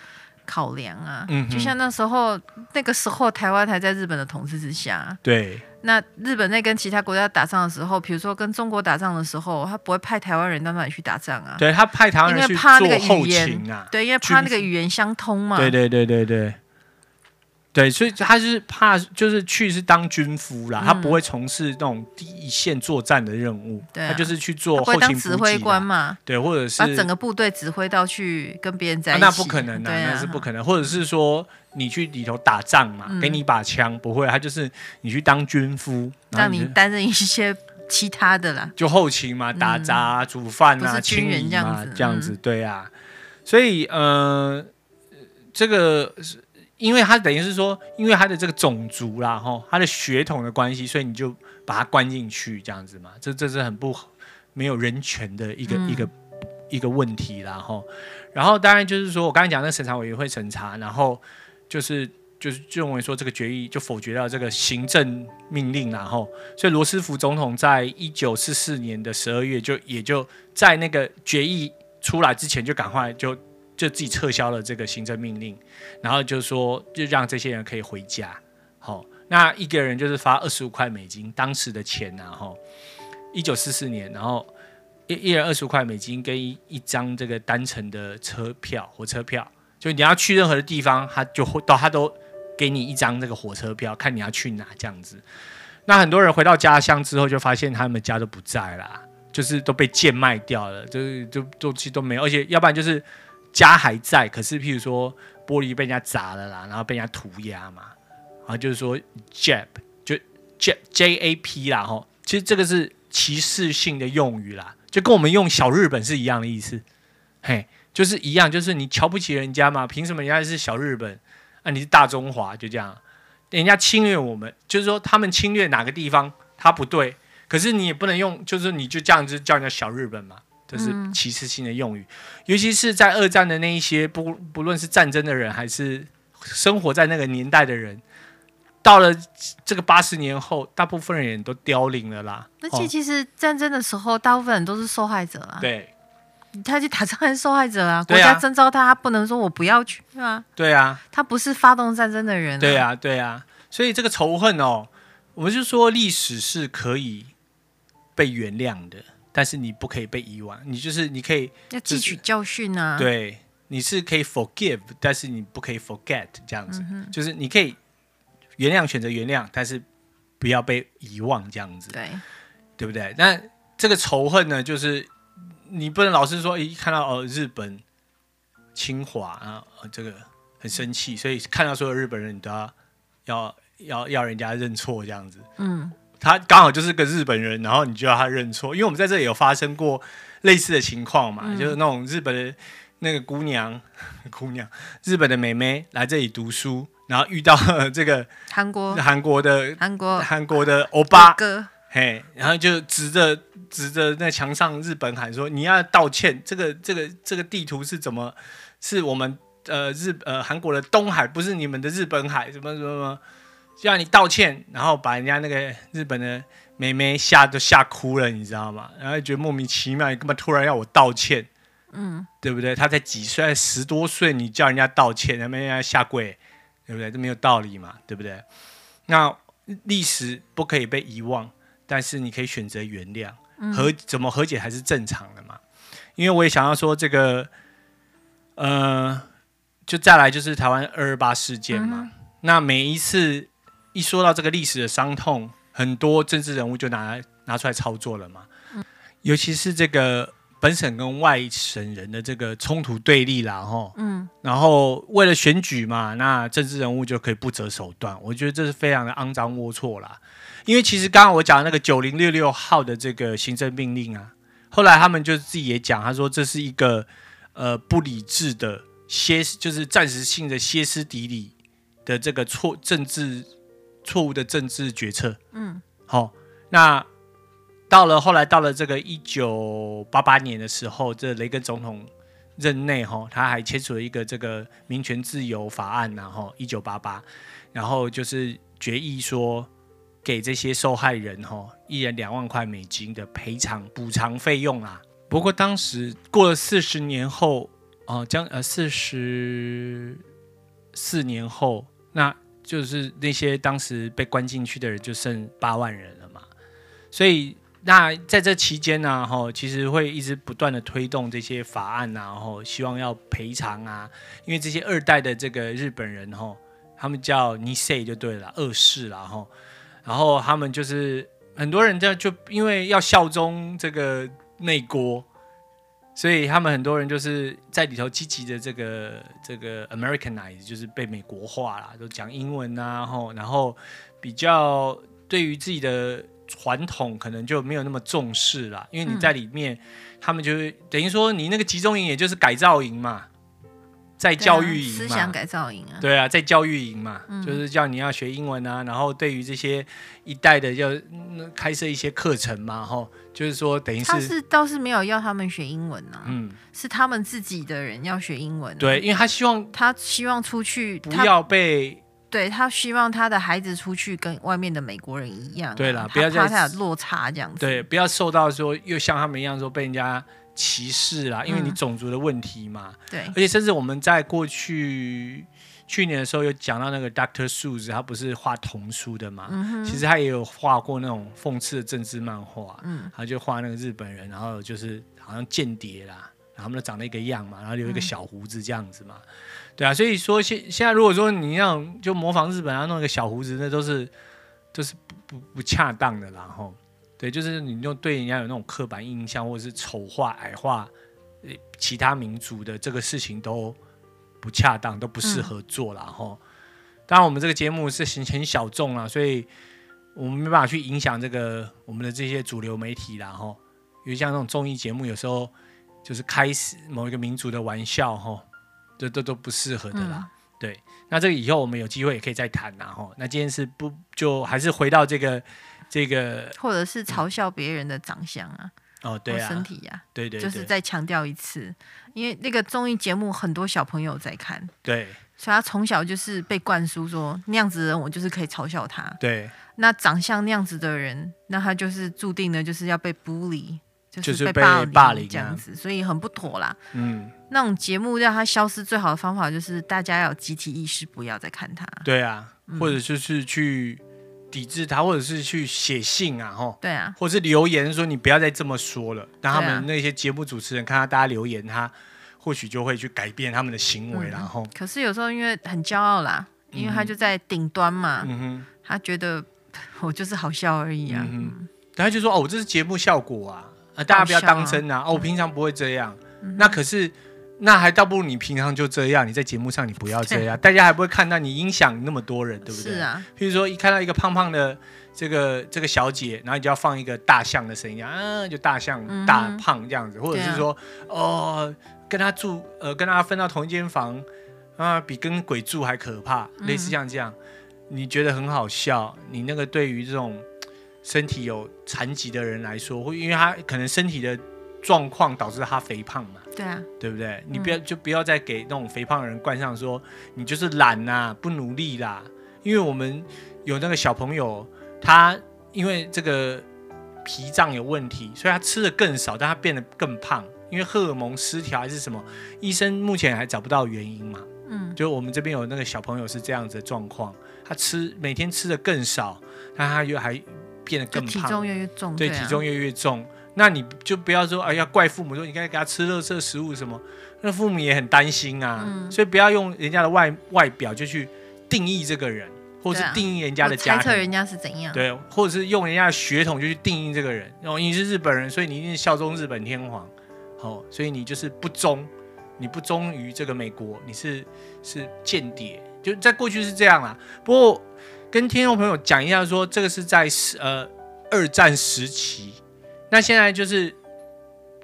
Speaker 2: 考量啊。
Speaker 1: 嗯哼
Speaker 2: 就像那时候，那个时候台湾还在日本的统治之下，
Speaker 1: 对，
Speaker 2: 那日本在跟其他国家打仗的时候，比如说跟中国打仗的时候，他不会派台湾人到那里去打仗啊。
Speaker 1: 对他派台湾人
Speaker 2: 因
Speaker 1: 去
Speaker 2: 为怕那个
Speaker 1: 做后
Speaker 2: 语言
Speaker 1: 勤啊，
Speaker 2: 对，因为怕
Speaker 1: 军
Speaker 2: 那个语言相通嘛。
Speaker 1: 对对对对对，对，所以他就是怕，就是去是当军夫
Speaker 2: 嗯
Speaker 1: 啦，他不会从事那种第一线作战的任务，
Speaker 2: 对啊
Speaker 1: 他就是去做
Speaker 2: 他不
Speaker 1: 后
Speaker 2: 会当
Speaker 1: 勤
Speaker 2: 指
Speaker 1: 补
Speaker 2: 挥
Speaker 1: 给
Speaker 2: 官
Speaker 1: 啦，
Speaker 2: 嘛，
Speaker 1: 对，或者是
Speaker 2: 把整个部队指挥到去跟别人在
Speaker 1: 啊
Speaker 2: 一起。
Speaker 1: 那不可能
Speaker 2: 对啊，
Speaker 1: 那是不可能，或者是说你去里头打仗嘛，
Speaker 2: 嗯
Speaker 1: 给你一把枪，不会，他就是你去当军夫，然后
Speaker 2: 让你
Speaker 1: 啊就
Speaker 2: 担任一些其他的啦。
Speaker 1: 就后勤嘛，打杂啊、煮饭
Speaker 2: 嗯不
Speaker 1: 啊、
Speaker 2: 是
Speaker 1: 清
Speaker 2: 军人
Speaker 1: 理
Speaker 2: 这样
Speaker 1: 嘛
Speaker 2: 子，嗯
Speaker 1: 这样子，对啊。所以呃，这个是因为他等于是说，因为他的这个种族啦，吼，他的血统的关系，所以你就把他关进去这样子嘛，这这是很不没有人权的一个、
Speaker 2: 嗯
Speaker 1: 一个一个问题啦，吼。然后当然就是说我刚才讲那审查委员会审查，然后就是就是就认为说这个决议就否决掉这个行政命令啦，然后所以罗斯福总统在一九四四年的十二月就也就在那个决议出来之前就赶快就就自己撤销了这个行政命令，然后就说就让这些人可以回家，好。那一个人就是发二十五块美金，当时的钱呐、啊，哈，一九四四年，然后一一人二十五块美金跟一一张这个单程的车票，火车票，就你要去任何的地方，他就会到他都给你一张这个火车票，看你要去哪这样子。那很多人回到家乡之后，就发现他们家都不在啦，就是都被贱卖掉了，就是就东西都没有，而且要不然就是家还在，可是譬如说玻璃被人家砸了啦，然后被人家涂鸦嘛。啊，就是说 jab 就 jab J A P 啦，吼，其实这个是歧视性的用语啦，就跟我们用小日本是一样的意思，嘿，就是一样，就是你瞧不起人家嘛，凭什么人家是小日本啊，你是大中华，就这样，人家侵略我们，就是说他们侵略哪个地方，他不对，可是你也不能用，就是你就这样子叫人家小日本嘛。这是歧视性的用语，尤其是在二战的那一些不不论是战争的人，还是生活在那个年代的人，到了这个八十年后，大部分人都凋零了啦。
Speaker 2: 而且其实战争的时候，大部分人都是受害者啊
Speaker 1: 哦、。对
Speaker 2: 他去打仗的受害者啊，国
Speaker 1: 对啊
Speaker 2: 家征召他，他不能说我不要去啊，
Speaker 1: 对啊，
Speaker 2: 他不是发动战争的人、
Speaker 1: 对，啊，对啊。所以这个仇恨哦，我们就说历史是可以被原谅的，但是你不可以被遗忘。你就是你可以
Speaker 2: 要汲取教训啊。，
Speaker 1: 对，你是可以 forgive，但是你不可以 forget 这样
Speaker 2: 嗯
Speaker 1: 子，就是你可以原谅，选择原谅，但是不要被遗忘这样子。
Speaker 2: 对，
Speaker 1: 对不对？那这个仇恨呢，就是你不能老是说，诶一看到哦日本、清华啊、呃这个很生气，所以看到所有日本人，你都要要要要人家认错这样子。
Speaker 2: 嗯，
Speaker 1: 他刚好就是个日本人，然后你就要他认错，因为我们在这里有发生过类似的情况嘛，就是那种日本的那个姑娘、 姑娘、日本的妹妹来这里读书，然后遇到了这个
Speaker 2: 韩国，
Speaker 1: 韩国的
Speaker 2: 韩国
Speaker 1: 韩国的欧巴，
Speaker 2: 哥，
Speaker 1: 嘿，然后就指着指着那墙上日本喊说：“你要道歉，这个这个这个地图是怎么是我们呃日呃韩国的东海，不是你们的日本海，什么什么什么，叫你道歉。”然后把人家那个日本的妹妹吓都吓哭了，你知道吗？然后觉得莫名其妙，你干嘛突然要我道歉？
Speaker 2: 嗯，
Speaker 1: 对不对？他才几岁，十多岁，你叫人家道歉，那边人家下跪，对不对？这没有道理嘛，对不对？那历史不可以被遗忘，但是你可以选择原谅，和怎么和解还是正常的嘛。因为我也想要说这个，呃，就再来就是台湾二二八事件嘛。那每一次一说到这个历史的伤痛，很多政治人物就拿来拿出来操作了嘛。尤其是这个本省跟外省人的这个冲突对立啦，吼，嗯，然后为了选举嘛，那政治人物就可以不择手段，我觉得这是非常的肮脏龌龊啦。因为其实刚刚我讲的那个九零六六号的这个行政命令啊，后来他们就自己也讲，他说这是一个呃不理智的歇，就是暂时性的歇斯底里的这个错政治错误的政治决策。
Speaker 2: 嗯，
Speaker 1: 好、那到了后来到了这个一九八八年的时候，这雷根总统任内哈、吼他还签署了一个这个民权自由法案然后一九八八，然后就是决议说。给这些受害人哈、吼一人两万块美金的赔偿补偿费用啊啦、不过当时过了四十年后，哦、将呃四十四年后，那就是那些当时被关进去的人就剩八万人了嘛。所以那在这期间呢、吼，其实会一直不断的推动这些法案啊，吼，希望要赔偿啊，因为这些二代的这个日本人吼，他们叫 n i s e 就对了啦，二世啦吼，然后他们就是很多人就就因为要效忠这个内锅。所以他们很多人就是在里头积极的这个这个 Americanize，就是被美国化啦，都讲英文啊，吼，然后比较对于自己的传统可能就没有那么重视啦，因为你在里面，他们就会等于说你那个集中营也就是改造营嘛，在教育
Speaker 2: 对啊
Speaker 1: 营
Speaker 2: 思
Speaker 1: 嘛，
Speaker 2: 想改造营啊，
Speaker 1: 对啊，在教育营嘛，就是叫你要学英文啊，然后对于这些一代的要、嗯开设一些课程嘛，吼，就是说等于
Speaker 2: 他
Speaker 1: 是，
Speaker 2: 是倒是没有要他们学英文啊，
Speaker 1: 嗯，
Speaker 2: 是他们自己的人要学英文、啊。
Speaker 1: 对，因为他希望
Speaker 2: 他希望出去，
Speaker 1: 不
Speaker 2: 他
Speaker 1: 要被，
Speaker 2: 对他希望他的孩子出去跟外面的美国人一样啊、
Speaker 1: 对啦
Speaker 2: 他
Speaker 1: 不要再
Speaker 2: 怕他有落差这样子。
Speaker 1: 对，不要受到说又像他们一样说被人家歧视啦，因为你
Speaker 2: 嗯
Speaker 1: 种族的问题嘛，
Speaker 2: 对
Speaker 1: 而且甚至我们在过去去年的时候有讲到那个 Doctor Seuss，他不是画童书的嘛？
Speaker 2: 嗯
Speaker 1: 其实他也有画过那种讽刺的政治漫画，
Speaker 2: 嗯
Speaker 1: 他就画那个日本人，然后就是好像间谍啦，然后他们都长得一个样嘛，然后
Speaker 2: 嗯
Speaker 1: 留一个小胡子这样子嘛，对啊，所以说现现在如果说你那种就模仿日本啊弄一个小胡子，那都是都是不不不恰当的啦，吼。对，就是你就对人家有那种刻板印象，或者是丑化、矮化，呃其他民族的这个事情都不恰当，都不适合做啦。吼、当然，我们这个节目是很很小众啦，所以我们没办法去影响这个我们的这些主流媒体啦。吼，因为像那种综艺节目，有时候就是开始某一个民族的玩笑，吼，这都都不适合的啦。对，那这个以后我们有机会也可以再谈啦。吼，那今天是不就还是回到这个这个
Speaker 2: 或者是嘲笑别人的长相啊，
Speaker 1: 哦，对
Speaker 2: 或身
Speaker 1: 啊，
Speaker 2: 体呀、
Speaker 1: 对对对，
Speaker 2: 就是再强调一次，因为那个综艺节目很多小朋友在看，
Speaker 1: 对
Speaker 2: 所以他从小就是被灌输说那样子的人，我就是可以嘲笑他。
Speaker 1: 对，
Speaker 2: 那长相那样子的人，那他就是注定呢，就是要被 bully，
Speaker 1: 就是是
Speaker 2: 被
Speaker 1: 被
Speaker 2: 霸凌
Speaker 1: 霸凌啊
Speaker 2: 这样子，所以很不妥啦。
Speaker 1: 嗯，
Speaker 2: 那种节目让它消失最好的方法就是大家要有集体意识，不要再看它。
Speaker 1: 对啊，
Speaker 2: 嗯
Speaker 1: 或者就是去抵制他，或者是去写信啊，吼，
Speaker 2: 对啊，
Speaker 1: 或者是留言说你不要再这么说了，让他
Speaker 2: 对啊
Speaker 1: 们那些节目主持
Speaker 2: 啊
Speaker 1: 人看到大家留言，他或许就会去改变他们的行为
Speaker 2: 嗯
Speaker 1: 啦，然后，
Speaker 2: 可是有时候因为很骄傲啦，
Speaker 1: 嗯
Speaker 2: 因为他就在顶端嘛，
Speaker 1: 嗯哼，
Speaker 2: 他觉得 我就是好笑而已啊。
Speaker 1: 嗯然后就说哦，这是节目效果啊，啊，大家不要
Speaker 2: 好笑啊嗯
Speaker 1: 当真啊，哦，我平常不会这样，那可是。那还倒不如你平常就这样，你在节目上你不要这样，大家还不会看到你影响那么多人，对不对？
Speaker 2: 是啊，
Speaker 1: 譬如说一看到一个胖胖的这个这个小姐，然后你就要放一个大象的声音啊，就大象
Speaker 2: 嗯哼
Speaker 1: 大胖这样子，或者
Speaker 2: 对啊
Speaker 1: 是说哦，跟她住呃跟她分到同一间房啊，比跟鬼住还可怕，
Speaker 2: 嗯
Speaker 1: 类似像这样，你觉得很好笑，你那个对于这种身体有残疾的人来说，会因为他可能身体的状况导致他肥胖嘛。
Speaker 2: 对啊，
Speaker 1: 对不对？你不要、就不要再给那种肥胖的人冠上说你就是懒呐、不努力啦。因为我们有那个小朋友，他因为这个脾脏有问题，所以他吃的更少，但他变得更胖，因为荷尔蒙失调还是什么，医生目前还找不到原因嘛。
Speaker 2: 嗯，
Speaker 1: 就我们这边有那个小朋友是这样子的状况，他吃每天吃的更少，但他又还变得
Speaker 2: 就
Speaker 1: 更
Speaker 2: 体
Speaker 1: 胖，
Speaker 2: 重越来越重，
Speaker 1: 对，
Speaker 2: 啊、
Speaker 1: 体重越来越重。那你就不要说，哎呀，怪父母说你该给他吃垃圾食物什么，那父母也很担心啊。
Speaker 2: 嗯
Speaker 1: 所以不要用人家的外外表就去定义这个人，或是
Speaker 2: 对啊
Speaker 1: 定义人家的
Speaker 2: 我
Speaker 1: 家
Speaker 2: 猜测
Speaker 1: 庭，
Speaker 2: 人家是怎样。
Speaker 1: 对，或者是用人家的血统就去定义这个人。然后你是日本人，所以你一定是效忠日本天皇，哦，所以你就是不忠，你不忠于这个美国，你是是间谍，就在过去是这样啦。不过跟听众朋友讲一下说这个是在时呃二战时期，那现在就是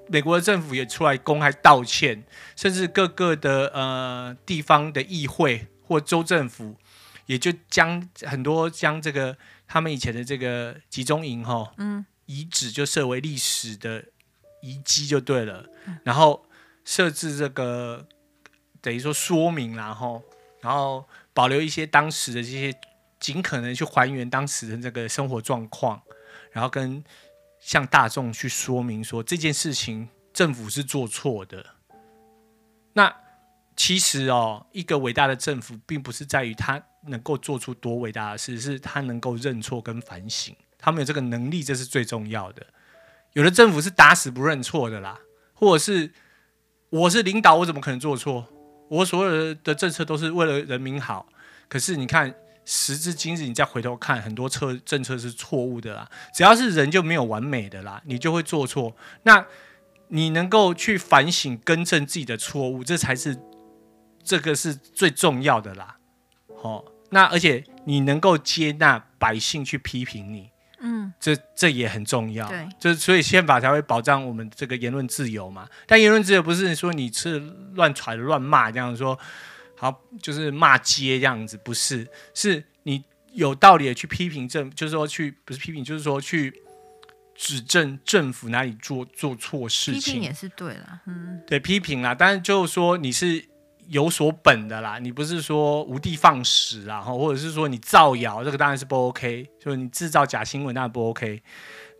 Speaker 1: 美国的政府也出来公开道歉，甚至各个的呃地方的议会或州政府，也就将很多将这个他们以前的这个集中营哈，
Speaker 2: 嗯，
Speaker 1: 遗址就设为历史的遗迹就对了，然后设置这个等于说说明啦哈，然后保留一些当时的这些，尽可能去还原当时的这个生活状况，然后跟向大众去说明说这件事情政府是做错的。那其实哦，一个伟大的政府，并不是在于他能够做出多伟大的事，是他能够认错跟反省。他们有这个能力，这是最重要的。有的政府是打死不认错的啦，或者是我是领导，我怎么可能做错？我所有的政策都是为了人民好。可是你看，时至今日，你再回头看，很多策政策是错误的啦。只要是人，就没有完美的啦，你就会做错。那你能够去反省、更正自己的错误，这才是这个是最重要的啦。哦，那而且你能够接纳百姓去批评你，
Speaker 2: 嗯，
Speaker 1: 这这也很重要
Speaker 2: 对，
Speaker 1: 就是所以宪法才会保障我们这个言论自由嘛。但言论自由不是说你是乱传乱骂这样说，好就是骂街这样子，不是，是你有道理的去批评政，就是说去不是批评，就是说去指正政府哪里做做错事
Speaker 2: 批评
Speaker 1: 情，
Speaker 2: 也是对了，嗯，
Speaker 1: 对批评啦。但是就是说你是有所本的啦，你不是说无的放矢啦，吼或者是说你造谣，这个当然是不 OK，就是你制造假新闻，当然不 OK。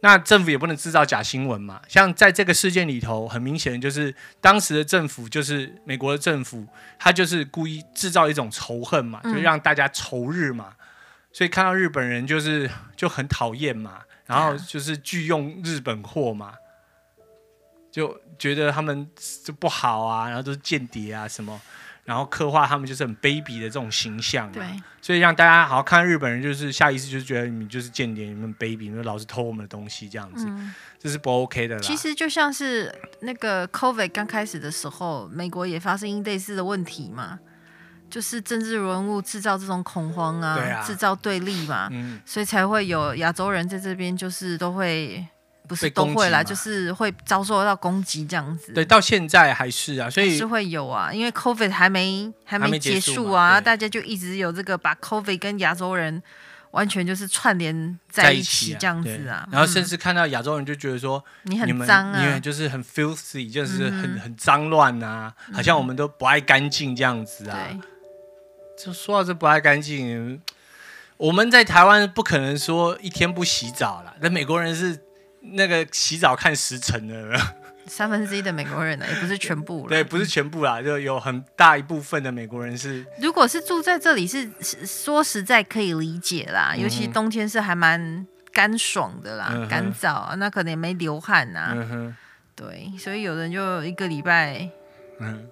Speaker 1: 那政府也不能制造假新闻嘛。像在这个事件里头，很明显就是当时的政府，就是美国的政府，他就是故意制造一种仇恨嘛，就
Speaker 2: 嗯
Speaker 1: 让大家仇日嘛。所以看到日本人就是就很讨厌嘛，然后
Speaker 2: 啊
Speaker 1: 就是拒用日本货嘛，就觉得他们就不好啊，然后都是间谍啊什么，然后刻画他们就是很卑鄙的这种形象嘛。
Speaker 2: 对，
Speaker 1: 所以让大家好好看日本人，就是下意识就是觉得你们就是间谍，你们 baby，你们老是偷我们的东西这样子，
Speaker 2: 嗯，
Speaker 1: 这是不 OK 的啦。
Speaker 2: 其实就像是那个 COVID 刚开始的时候，美国也发生类似的问题嘛，就是政治人物制造这种恐慌啊，
Speaker 1: 对啊
Speaker 2: 制造对立嘛，
Speaker 1: 嗯，
Speaker 2: 所以才会有亚洲人在这边就是都会。不是
Speaker 1: 被
Speaker 2: 都
Speaker 1: 攻击
Speaker 2: 会啦，
Speaker 1: 嘛
Speaker 2: 就是会遭受到攻击这样子。
Speaker 1: 对，到现在还是啊，所
Speaker 2: 还
Speaker 1: 以
Speaker 2: 是会有啊，因为 COVID 还没还
Speaker 1: 还
Speaker 2: 没
Speaker 1: 没
Speaker 2: 结
Speaker 1: 结
Speaker 2: 束
Speaker 1: 束
Speaker 2: 啊，
Speaker 1: 嘛对
Speaker 2: 大家就一直有这个把 COVID 跟亚洲人完全就是串联
Speaker 1: 在
Speaker 2: 一
Speaker 1: 起
Speaker 2: 这样子
Speaker 1: 对
Speaker 2: 啊。
Speaker 1: 然后
Speaker 2: 嗯
Speaker 1: 甚至看到亚洲人就觉得说，
Speaker 2: 你
Speaker 1: 你
Speaker 2: 很
Speaker 1: 们
Speaker 2: 脏
Speaker 1: 你
Speaker 2: 啊
Speaker 1: 们，就是很 filthy，就是很、
Speaker 2: 嗯
Speaker 1: 很脏乱啊，好像我们都不爱干净这样子啊。
Speaker 2: 对，
Speaker 1: 就说到这不爱干净，我们在台湾不可能说一天不洗澡啦，但美国人是那个洗澡看时辰的有没有。
Speaker 2: 三分之一的美 国人呢、啊也不是全部
Speaker 1: 对，
Speaker 2: 了。
Speaker 1: 不是全部啦，就有很大一部分的美国人是，
Speaker 2: 如果是住在这里是，是说实在可以理解啦，尤其
Speaker 1: 嗯哼
Speaker 2: 冬天是还蛮干爽的啦，
Speaker 1: 嗯哼
Speaker 2: 干燥啊，那可能也没流汗呐、
Speaker 1: 嗯哼，
Speaker 2: 对，所以有人就一个礼拜
Speaker 1: 嗯，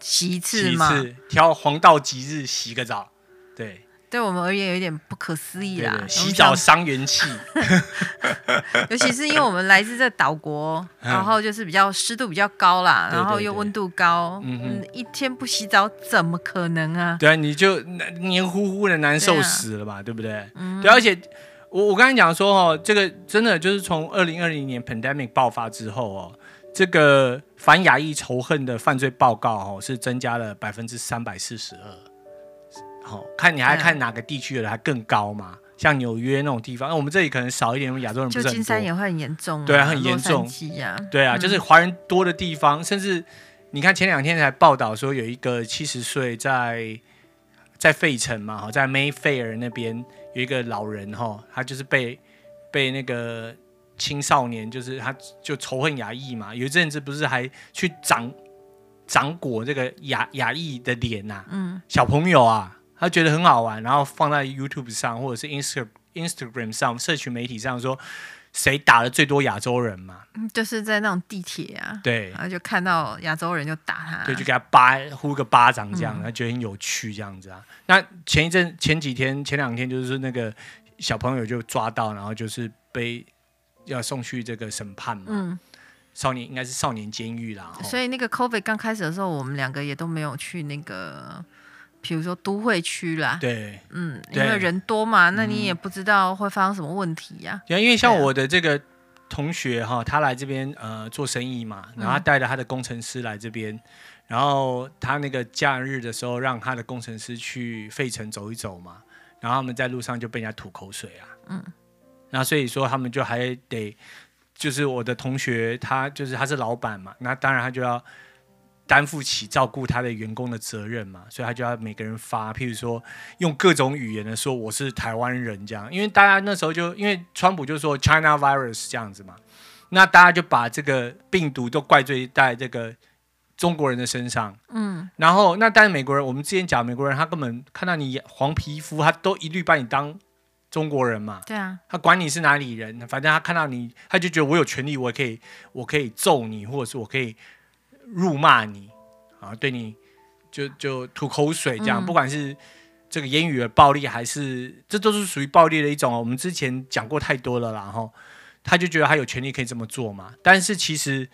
Speaker 2: 洗一次
Speaker 1: 其
Speaker 2: 嘛，
Speaker 1: 次挑黄道吉日洗个澡，对，
Speaker 2: 对我们而言有一点不可思议
Speaker 1: 对
Speaker 2: 啦。啊我
Speaker 1: 对，
Speaker 2: 们
Speaker 1: 洗
Speaker 2: 想
Speaker 1: 澡伤元气，
Speaker 2: 尤其是因为我们来自这岛国，
Speaker 1: 嗯
Speaker 2: 然后就是比较湿度比较高啦，
Speaker 1: 对
Speaker 2: 然后
Speaker 1: 对
Speaker 2: 又
Speaker 1: 对
Speaker 2: 温度高，
Speaker 1: 嗯哼
Speaker 2: 嗯，一天不洗澡怎么可能啊？
Speaker 1: 对啊，你就那黏糊糊的，难
Speaker 2: 对
Speaker 1: 受
Speaker 2: 啊嗯
Speaker 1: 死了吧，对不对？对，而且我我刚才讲说哦，这个真的就是从二零二零年 pandemic 爆发之后哦，这个反亚裔仇恨的犯罪报告哦是增加了百分之三百四十二，好、看你还
Speaker 2: 对啊
Speaker 1: 看哪个地区的还更高嘛？像纽约那种地方，那我们这里可能少一点，因为亚洲人不
Speaker 2: 旧
Speaker 1: 是
Speaker 2: 金
Speaker 1: 很
Speaker 2: 山
Speaker 1: 多。
Speaker 2: 也会很严重、啊，
Speaker 1: 对啊很严重
Speaker 2: 洛杉矶啊，
Speaker 1: 对啊，
Speaker 2: 嗯
Speaker 1: 就是华人多的地方，甚至你看前两天才报道说有一个七十岁在在费城嘛，哈，在 Mayfair 那边有一个老人哈，他就是被被那个青少年，就是他就仇恨亚裔嘛，有一阵子不是还去掌掌果这个亚亚裔的脸呐、
Speaker 2: 嗯，
Speaker 1: 小朋友啊，他觉得很好玩，然后放在 YouTube 上或者是 Insta Instagram 上社群媒体上说谁打了最多亚洲人嘛，
Speaker 2: 嗯就是在那种地铁啊，
Speaker 1: 对
Speaker 2: 然后就看到亚洲人就打他，
Speaker 1: 对，就给他巴呼个巴掌这样，
Speaker 2: 嗯
Speaker 1: 然后觉得很有趣这样子啊。那前一阵、前几天、前两天，就是那个小朋友就抓到，然后就是被要送去这个审判嘛，
Speaker 2: 嗯，
Speaker 1: 少年应该是少年监狱啦。吼
Speaker 2: 所以那个 COVID 刚开始的时候，我们两个也都没有去那个，比如说都会区啦，
Speaker 1: 对，
Speaker 2: 嗯，因
Speaker 1: 对嗯
Speaker 2: 为人多嘛，那你也不知道会发生什么问题呀、
Speaker 1: 对啊因为像
Speaker 2: 对啊
Speaker 1: 我的这个同学哈，他来这边呃做生意嘛，
Speaker 2: 嗯
Speaker 1: 然后他带着他的工程师来这边，然后他那个假日的时候让他的工程师去费城走一走嘛，然后他们在路上就被人家吐口水啊，嗯，然后所以说他们就还得，就是我的同学他就是他是老板嘛，那当然他就要。担负起照顾他的员工的责任嘛，所以他就要每个人发，譬如说用各种语言的说我是台湾人这样，因为大家那时候就因为川普就说 China virus 这样子嘛，那大家就把这个病毒都怪罪在这个中国人的身上，
Speaker 2: 嗯，
Speaker 1: 然后那但是美国人，我们之前讲美国人，他根本看到你黄皮肤，他都一律把你当中国人嘛，
Speaker 2: 对啊，
Speaker 1: 他管你是哪里人，反正他看到你，他就觉得我有权利，我可以，我可以揍你，或者是我可以辱骂你啊，对你就就吐口水这样，
Speaker 2: 嗯
Speaker 1: 不管是这个言语的暴力，还是这都是属于暴力的一种哦。我们之前讲过太多了啦，然后他就觉得他有权利可以这么做嘛，但是其实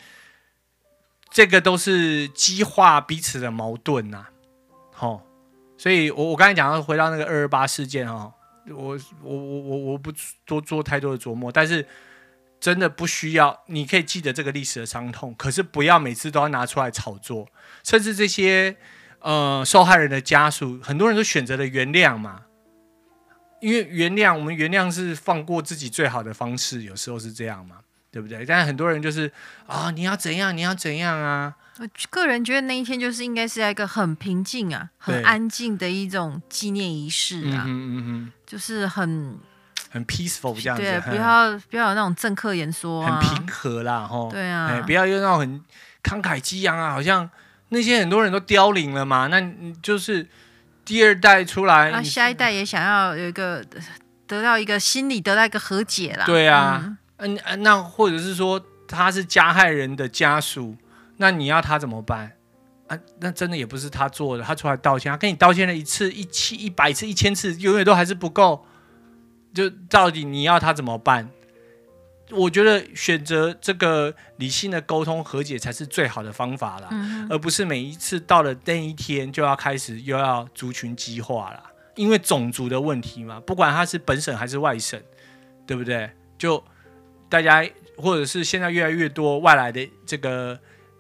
Speaker 1: 这个都是激化彼此的矛盾呐、吼、所以我我刚才讲到回到那个二二八事件哦，我我我我我不多做太多的琢磨，但是真的不需要，你可以记得这个历史的伤痛，可是不要每次都要拿出来炒作，甚至这些呃受害人的家属，很多人都选择了原谅嘛，因为原谅我们原谅是放过自己最好的方式，有时候是这样嘛，对不对？但是很多人就是啊、你要怎样，你要怎样啊，
Speaker 2: 我个人觉得那一天就是应该是在一个很平静啊、很
Speaker 1: 对
Speaker 2: 安静的一种纪念仪式
Speaker 1: 嗯
Speaker 2: 啊，
Speaker 1: 哼嗯
Speaker 2: 就是很
Speaker 1: 哼，很 peaceful 这样子，
Speaker 2: 对，
Speaker 1: 哼
Speaker 2: 不要不要有那种政客演说啊
Speaker 1: 很，平和啦，吼。
Speaker 2: 对
Speaker 1: 哎，
Speaker 2: 啊
Speaker 1: 不，要用那种很慷慨激昂啊，好像那些很多人都凋零了嘛，那你就是第二代出来，
Speaker 2: 那
Speaker 1: 你
Speaker 2: 下一代也想要有一个得到一个心理得到一个和解啦，
Speaker 1: 对啊
Speaker 2: 嗯
Speaker 1: 嗯、嗯，那或者是说他是加害人的家属，那你要他怎么办？啊，那真的也不是他做的，他出来道歉，他跟你道歉了一次、一七、一百次、一千次，永远都还是不够。就到底你要他怎么办？我觉得选择这个理性的沟通和解才是最好的方法啦。
Speaker 2: 嗯
Speaker 1: 而不是每一次到了那一天就要开始又要族群激化啦，因为种族的问题嘛，不管他是本省还是外省，对不对？就大家或者是现在越来越多外来的这个，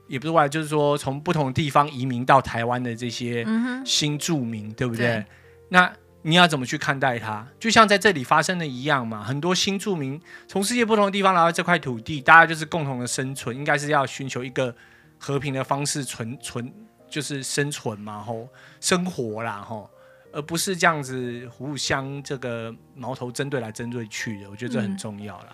Speaker 1: 也不是外来，就是说从不同地方移民到台湾的这些
Speaker 2: 嗯哼，
Speaker 1: 新住民，对不对？
Speaker 2: 对
Speaker 1: 那你要怎么去看待它？就像在这里发生的一样嘛，很多新住民从世界不同的地方来到这块土地，大家就是共同的生存，应该是要寻求一个和平的方式存存，就是生存嘛，吼，生活啦，吼。而不是这样子互相这个矛头针对来针对去的，我觉得这很
Speaker 2: 嗯
Speaker 1: 重要啦。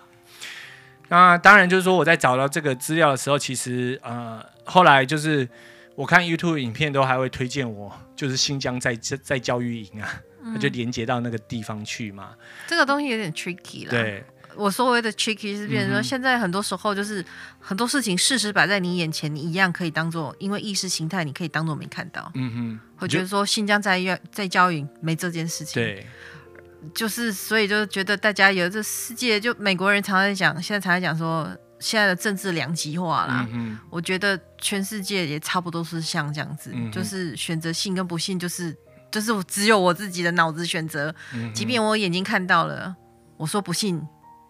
Speaker 1: 那当然就是说我在找到这个资料的时候，其实呃后来就是我看 YouTube 影片都还会推荐我，就是新疆在在教育营啊，他就连接到那个地方去嘛。
Speaker 2: 这个东西有点 tricky 啦，
Speaker 1: 对，
Speaker 2: 我所谓的 tricky 是变成
Speaker 1: 嗯
Speaker 2: 说，
Speaker 1: 哼
Speaker 2: 现在很多时候就是很多事情事实摆在你眼前，你一样可以当做，因为意识形态，你可以当做没看到。
Speaker 1: 嗯哼，
Speaker 2: 我觉得说新疆在教在教育没这件事情，
Speaker 1: 对，
Speaker 2: 就是所以就觉得大家有这世界，就美国人常常在讲，现在常在讲说现在的政治两极化啦。
Speaker 1: 嗯哼，
Speaker 2: 我觉得全世界也差不多是像这样子，
Speaker 1: 嗯哼
Speaker 2: 就是选择信跟不信，就是就是我只有我自己的脑子选择，
Speaker 1: 嗯哼
Speaker 2: 即便我眼睛看到了，我说不信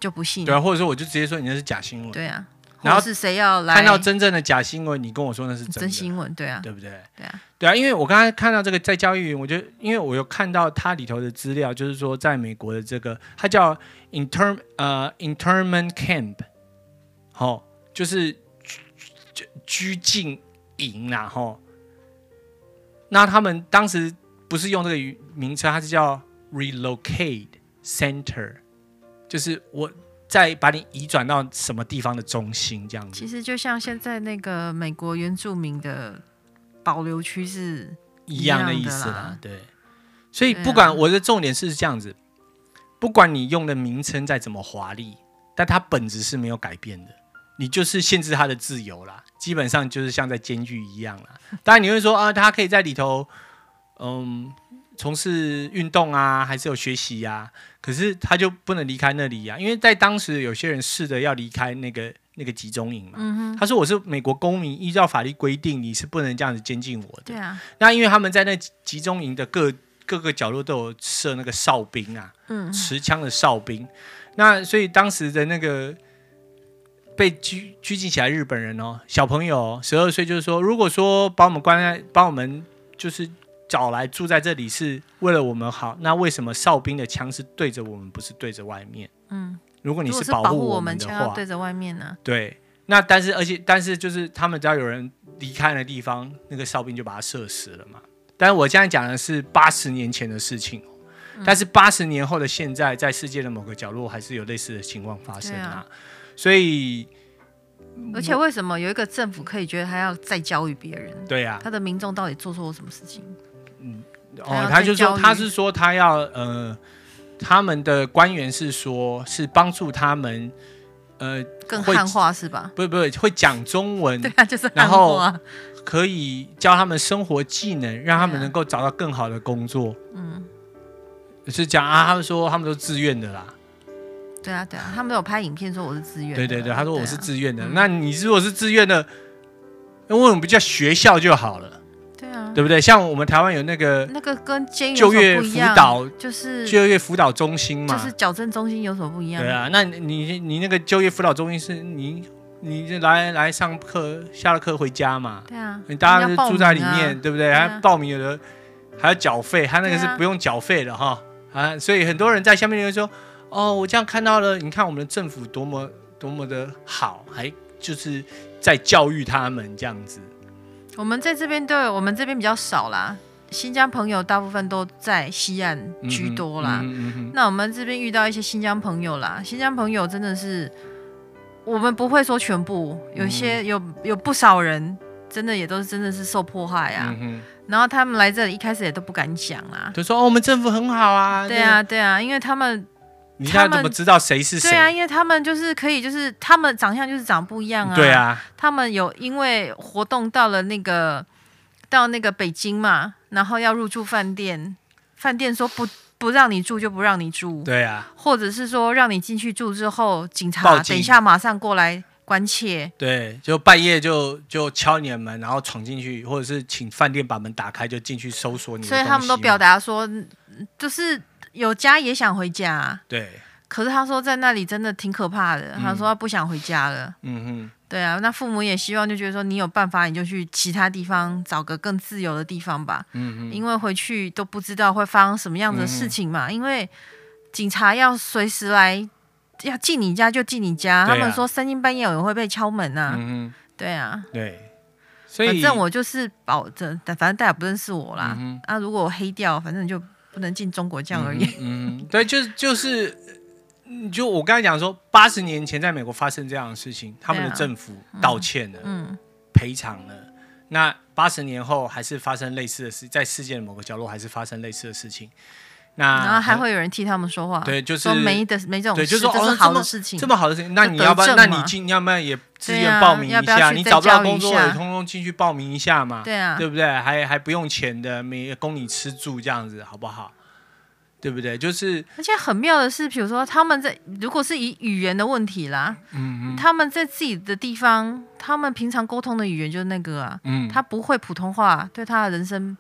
Speaker 2: 就不信，
Speaker 1: 对啊，或者说我就直接说你那是假新闻，
Speaker 2: 对啊，
Speaker 1: 然
Speaker 2: 然
Speaker 1: 后
Speaker 2: 后是谁要来
Speaker 1: 看到真正的假新闻，你跟我说那是真
Speaker 2: 真
Speaker 1: 的，
Speaker 2: 新闻？对啊，
Speaker 1: 对不对？
Speaker 2: 对啊，
Speaker 1: 对啊，因为我刚才看到这个在教育营，我就因为我有看到它里头的资料，就是说在美国的这个，它叫 intern 呃 internment camp，好、就是居居居境营啦、啊，吼、那他们当时不是用这个语名称，它是叫 relocate center，就是我再把你移转到什么地方的中心这样子
Speaker 2: 其。实就像现在那个美国原住民的保留区是，
Speaker 1: 一样的
Speaker 2: 一样
Speaker 1: 意
Speaker 2: 的
Speaker 1: 思啦
Speaker 2: 啦，
Speaker 1: 对。所以
Speaker 2: 对啊
Speaker 1: 不管我的重点是这样子，不管你用的名称再怎么华丽，但它本质是没有改变的，你就是限制他的自由啦，基本上就是像在监狱一样啦。当然你会说啊，他可以在里头，嗯，从事运动啊，还是有学习呀、可是他就不能离开那里呀、因为在当时有些人试着要离开那个那个集中营嘛，
Speaker 2: 嗯哼，
Speaker 1: 他说我是美国公民，依照法律规定你是不能这样子监禁我的。
Speaker 2: 对啊，
Speaker 1: 那因为他们在那集中营的各各个角落都有设那个哨兵啊，
Speaker 2: 嗯，
Speaker 1: 持枪的哨兵。那所以当时的那个被拘拘禁起来日本人哦，小朋友十二岁，就是说，如果说把我们关在，把我们就是找来住在这里是为了我们好，那为什么哨兵的枪是对着我们，不是对着外面？
Speaker 2: 嗯，
Speaker 1: 如果你
Speaker 2: 如果
Speaker 1: 是
Speaker 2: 是
Speaker 1: 保
Speaker 2: 保
Speaker 1: 护
Speaker 2: 护我
Speaker 1: 们的
Speaker 2: 就
Speaker 1: 话
Speaker 2: 要，对着外面啊呢、
Speaker 1: 对，那但是而且但是就是他们只要有人离开的地方，那个哨兵就把他射死了嘛。但我现在讲的是八十年前的事情哦，
Speaker 2: 嗯
Speaker 1: 但是八十年后的现在，在世界的某个角落还是有类似的情况发生啊。所以，嗯
Speaker 2: 而且为什么有一个政府可以觉得他要再教育别人？
Speaker 1: 对啊，
Speaker 2: 他的民众到底做错了什么事情？
Speaker 1: 哦，
Speaker 2: 他
Speaker 1: 他
Speaker 2: 要
Speaker 1: 就
Speaker 2: 再
Speaker 1: 说
Speaker 2: 教育
Speaker 1: 他是说他要呃，他们的官员是说是帮助他们，呃，
Speaker 2: 更
Speaker 1: 会
Speaker 2: 汉化是吧？
Speaker 1: 不不会讲中文，
Speaker 2: 对啊，就是
Speaker 1: 然
Speaker 2: 汉
Speaker 1: 后
Speaker 2: 化啊。
Speaker 1: 可以教他们生活技能，让他们能够找到更好的工作。
Speaker 2: 嗯，
Speaker 1: 是讲啊，他们说他们都自愿的啦。
Speaker 2: 对啊，对啊，他们有拍影片说我是自愿的。
Speaker 1: 对对对，他说我是
Speaker 2: 啊
Speaker 1: 自愿的。
Speaker 2: 嗯
Speaker 1: 那你如果是自愿的，那为什么不叫学校就好了？
Speaker 2: 对啊，啊，
Speaker 1: 对不对？像我们台湾有那个
Speaker 2: 那个跟监狱
Speaker 1: 就
Speaker 2: 有所
Speaker 1: 业
Speaker 2: 不一
Speaker 1: 辅
Speaker 2: 样
Speaker 1: 导
Speaker 2: 就是
Speaker 1: 就业辅导中心嘛，
Speaker 2: 就是矫正中心有所不一样。
Speaker 1: 对啊，那你你你那个就业辅导中心是你你来来上课，下了课回家嘛，
Speaker 2: 对啊，
Speaker 1: 你当然
Speaker 2: 人
Speaker 1: 是
Speaker 2: 家报
Speaker 1: 住在里
Speaker 2: 名啊
Speaker 1: 面，对不对？
Speaker 2: 对啊
Speaker 1: 还报名有的还要缴费，他那个
Speaker 2: 对
Speaker 1: 是
Speaker 2: 啊
Speaker 1: 不用缴费的哈啊，所以很多人在下面留言说，哦，我这样看到了，你看我们的政府多么多么的好，还就是在教育他们这样子，
Speaker 2: 我们在这边对我们这边比较少啦，新疆朋友大部分都在西岸
Speaker 1: 嗯哼
Speaker 2: 居多啦。
Speaker 1: 嗯哼嗯哼
Speaker 2: 那我们这边遇到一些新疆朋友啦，新疆朋友真的是，我们不会说全部，有
Speaker 1: 嗯
Speaker 2: 些、有有不少人真的也都是真的是受迫害啊。
Speaker 1: 嗯哼
Speaker 2: 然后他们来这里一开始也都不敢讲啊。
Speaker 1: 就说哦，我们政府很好啊，
Speaker 2: 对啊，对啊，因为他们
Speaker 1: 那个，你看
Speaker 2: 他们
Speaker 1: 怎么知道谁是谁？
Speaker 2: 对啊，因为他们就是可以，就是他们长相就是长不一样啊。
Speaker 1: 对，啊，
Speaker 2: 他们有因为活动到了那个到那个北京嘛，然后要入住饭店，饭店说不不让你住就不让你住，
Speaker 1: 对啊。
Speaker 2: 或者是说让你进去住之后，警
Speaker 1: 报
Speaker 2: 察
Speaker 1: 警
Speaker 2: 等一下马上过来关切。
Speaker 1: 对，啊就半夜就就敲你的门，然后闯进去，或者是请饭店把门打开就进去搜索你的
Speaker 2: 所以他们
Speaker 1: 嗯
Speaker 2: 都
Speaker 1: 东西嘛
Speaker 2: 表达说，嗯就是有家也想回家，
Speaker 1: 对，
Speaker 2: 可是他说在那里真的挺可怕的，他说他不想回家了。
Speaker 1: 嗯
Speaker 2: 对啊，那父母也希望就觉得说你有办法，你就去其他地方找个更自由的地方吧，
Speaker 1: 哼，嗯
Speaker 2: 因为回去都不知道会发生什么样的事情嘛，因为警察要随时来，要进你家就进你家，
Speaker 1: 对啊
Speaker 2: 他们说三更半夜有人会被敲门
Speaker 1: 哼，
Speaker 2: 啊，
Speaker 1: 嗯
Speaker 2: 对啊
Speaker 1: 哼，，对，所
Speaker 2: 反
Speaker 1: 以
Speaker 2: 正我就是保证，但反正大家不认识我啦，
Speaker 1: 嗯
Speaker 2: 啊，如果我黑掉，反正就不能进中国这样而已，
Speaker 1: 嗯哼，对，就是就是，嗯就我刚才讲说，八十年前在美国发生这样的事情，他们的
Speaker 2: 对啊
Speaker 1: 政府道歉了，
Speaker 2: 嗯，
Speaker 1: 赔偿了。那八十年后还是发生类似的事，在世界的某个角落还是发生类似的事情。那
Speaker 2: 然后还会有人替他们说话，
Speaker 1: 对，就是
Speaker 2: 说没的没这种
Speaker 1: 对，
Speaker 2: 事，
Speaker 1: 就说
Speaker 2: 这
Speaker 1: 哦
Speaker 2: 是
Speaker 1: 那
Speaker 2: 好
Speaker 1: 这
Speaker 2: 的
Speaker 1: 么
Speaker 2: 事情
Speaker 1: 这，么好的事情，那
Speaker 2: 就
Speaker 1: 你
Speaker 2: 得
Speaker 1: 要不要？那
Speaker 2: 证
Speaker 1: 你
Speaker 2: 嘛
Speaker 1: 进，要不然也自
Speaker 2: 对
Speaker 1: 愿
Speaker 2: 啊
Speaker 1: 报名
Speaker 2: 要
Speaker 1: 一
Speaker 2: 不要
Speaker 1: 下，
Speaker 2: 去
Speaker 1: 你
Speaker 2: 再
Speaker 1: 找不到
Speaker 2: 教育
Speaker 1: 工作
Speaker 2: 一下
Speaker 1: 也通通进去报名一下嘛，
Speaker 2: 对啊，
Speaker 1: 对不对？还还不用钱的，每供你吃住这样子，好不好？对不对？就是
Speaker 2: 而且很妙的是，比如说他们在如果是以语言的问题啦，
Speaker 1: 嗯
Speaker 2: 他们在自己的地方，他们平常沟通的语言就是那个啊，
Speaker 1: 嗯，
Speaker 2: 他不会普通话，对他的人生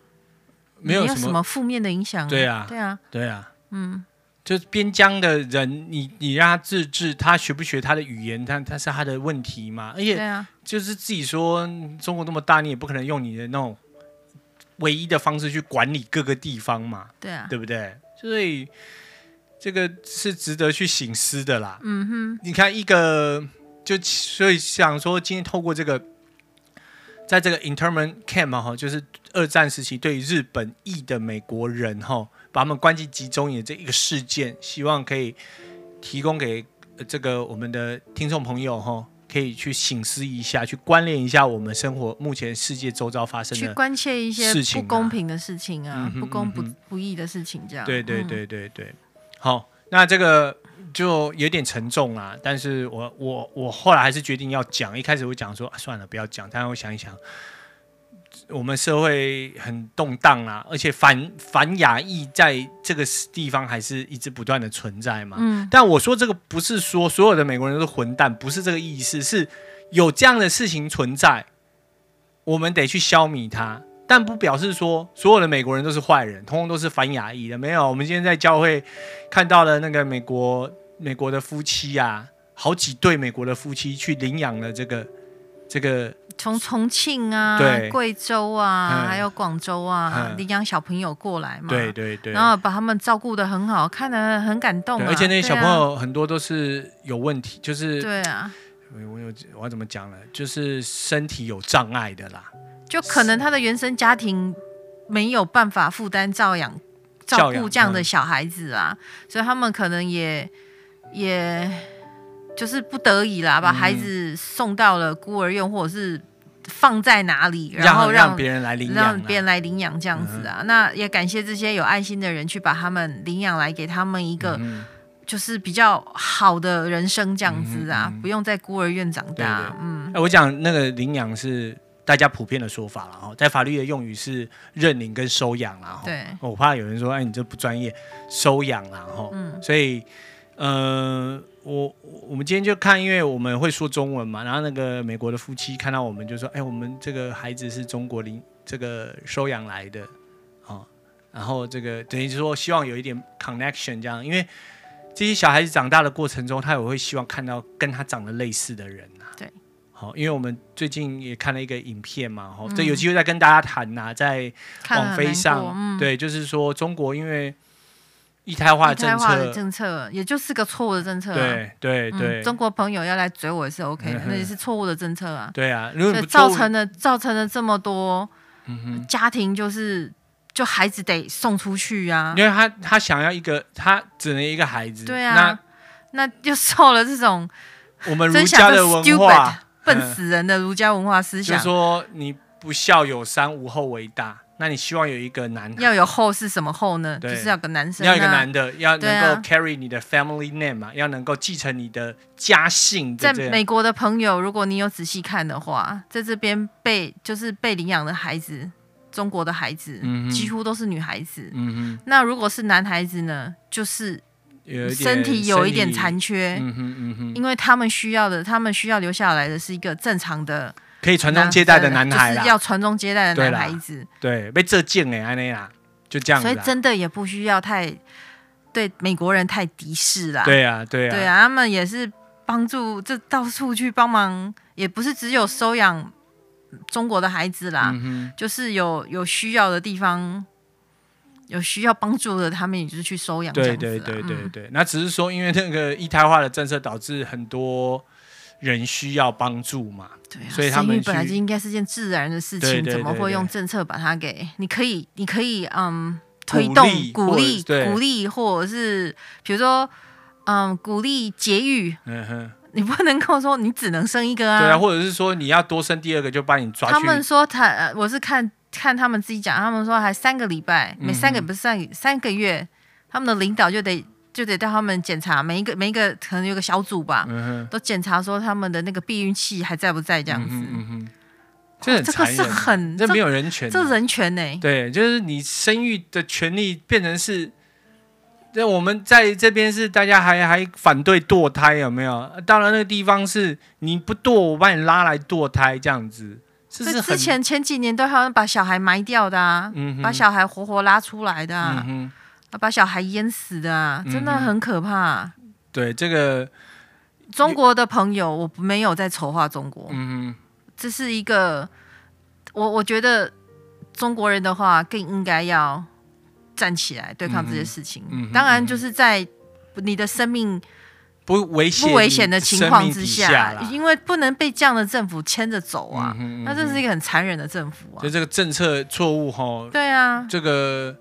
Speaker 1: 没
Speaker 2: 有
Speaker 1: 有
Speaker 2: 什
Speaker 1: 什
Speaker 2: 么负面的影响、
Speaker 1: 对啊
Speaker 2: 对啊，
Speaker 1: 对啊，
Speaker 2: 嗯，
Speaker 1: 就是边疆的人，你你让他自治，他学不学他的语言，他他是他的问题嘛。而
Speaker 2: 对
Speaker 1: 且
Speaker 2: 啊，
Speaker 1: 就是自己说中国那么大，你也不可能用你的那种唯一的方式去管理各个地方嘛。
Speaker 2: 对啊，
Speaker 1: 对不对？所以这个是值得去醒思的啦。
Speaker 2: 嗯
Speaker 1: 你看，一个就所以想说，今天透过这个，在这个 internment camp 哈，就是二战时期对日本裔的美国人哈，把他们关进集中营的这一个事件，希望可以提供给呃这个我们的听众朋友哈。可以去醒思一下，去关联一下我们生活目前世界周遭发
Speaker 2: 哼，
Speaker 1: 生
Speaker 2: 去
Speaker 1: 的
Speaker 2: 关切一些
Speaker 1: 事情
Speaker 2: 不
Speaker 1: 啊
Speaker 2: 公平的事情啊
Speaker 1: 嗯，哼
Speaker 2: 不公
Speaker 1: 嗯
Speaker 2: 不
Speaker 1: 哼
Speaker 2: 不义的事情，这样，
Speaker 1: 对对
Speaker 2: 嗯，
Speaker 1: 对对对，好，那这个就有点沉重啦。但是我我我后来还是决定要讲。一开始我讲说、啊算了，不要讲。但我想一想，我们社会很动荡啦，而且反反亚裔在这个地方还是一直不断的存在嘛。
Speaker 2: 嗯，
Speaker 1: 但我说这个不是说所有的美国人都是混蛋，不是这个意思，是有这样的事情存在，我们得去消弭它。但不表示说所有的美国人都是坏人，通通都是反亚裔的。没有，我们今天在教会看到了那个美国美国的夫妻啊，好几对美国的夫妻去领养了这个这个
Speaker 2: 从重庆啊
Speaker 1: 对、
Speaker 2: 贵州
Speaker 1: 嗯
Speaker 2: 啊，还有广州啊，
Speaker 1: 嗯
Speaker 2: 领养小朋友过来嘛，
Speaker 1: 对对对，
Speaker 2: 然后把他们照顾的很好，看得很感动、
Speaker 1: 对
Speaker 2: 啊。
Speaker 1: 而且那些小
Speaker 2: 对啊
Speaker 1: 朋友很多都是有问题，就是
Speaker 2: 对啊，
Speaker 1: 我我有我要怎么讲呢？就是身体有障碍的啦。
Speaker 2: 就可能他的原生家庭没有办法负担照养、照
Speaker 1: 教养嗯
Speaker 2: 顾这样的小孩子啊，所以他们可能也也就是不得已啦，
Speaker 1: 嗯
Speaker 2: 把孩子送到了孤儿院，或者是放在哪里，然后
Speaker 1: 让
Speaker 2: 让
Speaker 1: 别人来领养、啊嗯
Speaker 2: 让别人来领养这样子啊。那也感谢这些有爱心的人去把他们领养来，给他们一个
Speaker 1: 嗯
Speaker 2: 就是比较好的人生这样子啊，
Speaker 1: 嗯哼嗯
Speaker 2: 不用在孤儿院长大。
Speaker 1: 对对
Speaker 2: 嗯，
Speaker 1: 哎我讲那个领养是大家普遍的说法了哈，在法律的用语是认领跟收养啦哈。哦
Speaker 2: 嗯对，
Speaker 1: 我怕有人说，哎，你这不专业，收养啦哈。
Speaker 2: 嗯
Speaker 1: 所以，呃，我我我们今天就看，因为我们会说中文嘛，然后那个美国的夫妻看到我们就说，哎，我们这个孩子是中国领。这个收养来的哦，然后这个等于说希望有一点 connection 这样，因为这些小孩子长大的过程中，他也会希望看到跟他长得类似的人啊。
Speaker 2: 对，
Speaker 1: 好、因为我们最近也看了一个影片嘛，哦，
Speaker 2: 嗯
Speaker 1: 这有机会再跟大家谈呐、在
Speaker 2: 看了
Speaker 1: 网
Speaker 2: 很
Speaker 1: 飞
Speaker 2: 难
Speaker 1: 上
Speaker 2: 过，嗯，
Speaker 1: 对，就是说中国因为一胎化
Speaker 2: 一胎
Speaker 1: 政
Speaker 2: 化
Speaker 1: 策
Speaker 2: 的，政策，也就是个错误的政策、啊。
Speaker 1: 对对
Speaker 2: 嗯
Speaker 1: 对、
Speaker 2: 中国朋友要来追我也是 OK 的
Speaker 1: 嗯，哼
Speaker 2: 那也是错误的政策啊，
Speaker 1: 对啊，如果
Speaker 2: 所
Speaker 1: 你
Speaker 2: 以
Speaker 1: 不
Speaker 2: 造
Speaker 1: 做
Speaker 2: 成了造成了这么多
Speaker 1: 嗯哼。
Speaker 2: 家庭，就是就孩子得送出去啊，
Speaker 1: 因为他他想要一个，他只能一个孩子。
Speaker 2: 对啊，那就受了这种
Speaker 1: 那我们儒
Speaker 2: 真
Speaker 1: 家
Speaker 2: 想
Speaker 1: 的
Speaker 2: 这
Speaker 1: 文
Speaker 2: stupid
Speaker 1: 化，
Speaker 2: 笨死人的儒家文化思
Speaker 1: 就
Speaker 2: 想，
Speaker 1: 说你不孝有三，无后为大。那你希望有一个男孩
Speaker 2: 要有后是什么后呢？就
Speaker 1: 对
Speaker 2: 是要个男生、啊
Speaker 1: 你要有一个，男的，要
Speaker 2: 对
Speaker 1: 能
Speaker 2: 啊
Speaker 1: 够 carry 你的 family name 嘛，要能够继承你的家姓
Speaker 2: 在
Speaker 1: 的这样。
Speaker 2: 美国的朋友，如果你有仔细看的话，在这边被就是被领养的孩子，中国的孩子、
Speaker 1: 嗯哼
Speaker 2: 几乎都是女孩子。
Speaker 1: 嗯
Speaker 2: 那如果是男孩子呢，就是
Speaker 1: 哼，有一点
Speaker 2: 身体有一点
Speaker 1: 生理
Speaker 2: 残缺，
Speaker 1: 嗯哼嗯哼，
Speaker 2: 因为他们需要的，他们需要留下来的是一个正常的
Speaker 1: 可以传
Speaker 2: 男啊
Speaker 1: 宗接代的男孩
Speaker 2: 就
Speaker 1: 啦，
Speaker 2: 是要传宗接代
Speaker 1: 对
Speaker 2: 的
Speaker 1: 啦
Speaker 2: 男孩子，
Speaker 1: 对，被这贱哎安内啦，就这样子啊
Speaker 2: 所
Speaker 1: 啦。
Speaker 2: 以真的也不需要太对美国人太敌视啦。
Speaker 1: 对啊对啊
Speaker 2: 对啊，他们也是帮助这到处去帮忙，也不是只有收养中国的孩子啦，
Speaker 1: 嗯哼，
Speaker 2: 就是有有需要的地方，有需要帮助的，他们也就是去收养这
Speaker 1: 对
Speaker 2: 样子啦。
Speaker 1: 对对对
Speaker 2: 嗯
Speaker 1: 对，那只是说，因为那个一胎化的政策导致很多人需要帮助嘛，
Speaker 2: 对啊，
Speaker 1: 所以他们
Speaker 2: 生育本来
Speaker 1: 去
Speaker 2: 就应该是件自然的事情，
Speaker 1: 对对对
Speaker 2: 怎么会
Speaker 1: 对
Speaker 2: 用政策把它给？你可以，你可以，嗯，
Speaker 1: 鼓
Speaker 2: 推
Speaker 1: 励
Speaker 2: 动
Speaker 1: 或
Speaker 2: 鼓
Speaker 1: 者
Speaker 2: 励
Speaker 1: 对
Speaker 2: 鼓励，或者是比如说，嗯，鼓励节育，
Speaker 1: 嗯哼，
Speaker 2: 你不能够说你只能生一个啊。
Speaker 1: 对啊，或者是说你要多生第二个就把你抓
Speaker 2: 他
Speaker 1: 去，
Speaker 2: 们说他，呃我是看看他们自己讲，他们说还三个礼拜，每三
Speaker 1: 嗯
Speaker 2: 个不是三三个月，他们的领导就得就得带他们检查，每一个每一个可能有个小组吧，
Speaker 1: 嗯哼，
Speaker 2: 都检查说他们的那个避孕器还在不在这样
Speaker 1: 嗯
Speaker 2: 子。
Speaker 1: 哼嗯哼，这很
Speaker 2: 哦这个
Speaker 1: 残
Speaker 2: 是
Speaker 1: 忍，
Speaker 2: 很
Speaker 1: 这没有人权，
Speaker 2: 这人权呢、欸？
Speaker 1: 对，就是你生育的权利变成是。那我们在这边是大家还还反对堕胎有没有？当然那个地方是你不堕，我把你拉来堕胎这样子，这
Speaker 2: 所
Speaker 1: 是
Speaker 2: 以
Speaker 1: 很
Speaker 2: 之前前几年都好像把小孩埋掉的啊，
Speaker 1: 嗯哼
Speaker 2: 把小孩活活拉出来的
Speaker 1: 嗯
Speaker 2: 啊，
Speaker 1: 哼。
Speaker 2: 把小孩淹死的啊，真的
Speaker 1: 嗯哼
Speaker 2: 很可怕、
Speaker 1: 对这个，
Speaker 2: 中国的朋友，我没有在丑化中国，
Speaker 1: 嗯
Speaker 2: 这是一个，我我觉得中国人的话更应该要站起来对抗这些事情。
Speaker 1: 嗯哼嗯哼
Speaker 2: 当然，就是在你的生命
Speaker 1: 哼，不危险
Speaker 2: 不危险的情况之
Speaker 1: 下
Speaker 2: 下，
Speaker 1: 啦，
Speaker 2: 因为不能被这样的政府牵着走啊
Speaker 1: 嗯，哼
Speaker 2: 那这是一个很残忍的政府啊
Speaker 1: 所以。这个政策错误哈，
Speaker 2: 对啊，
Speaker 1: 这个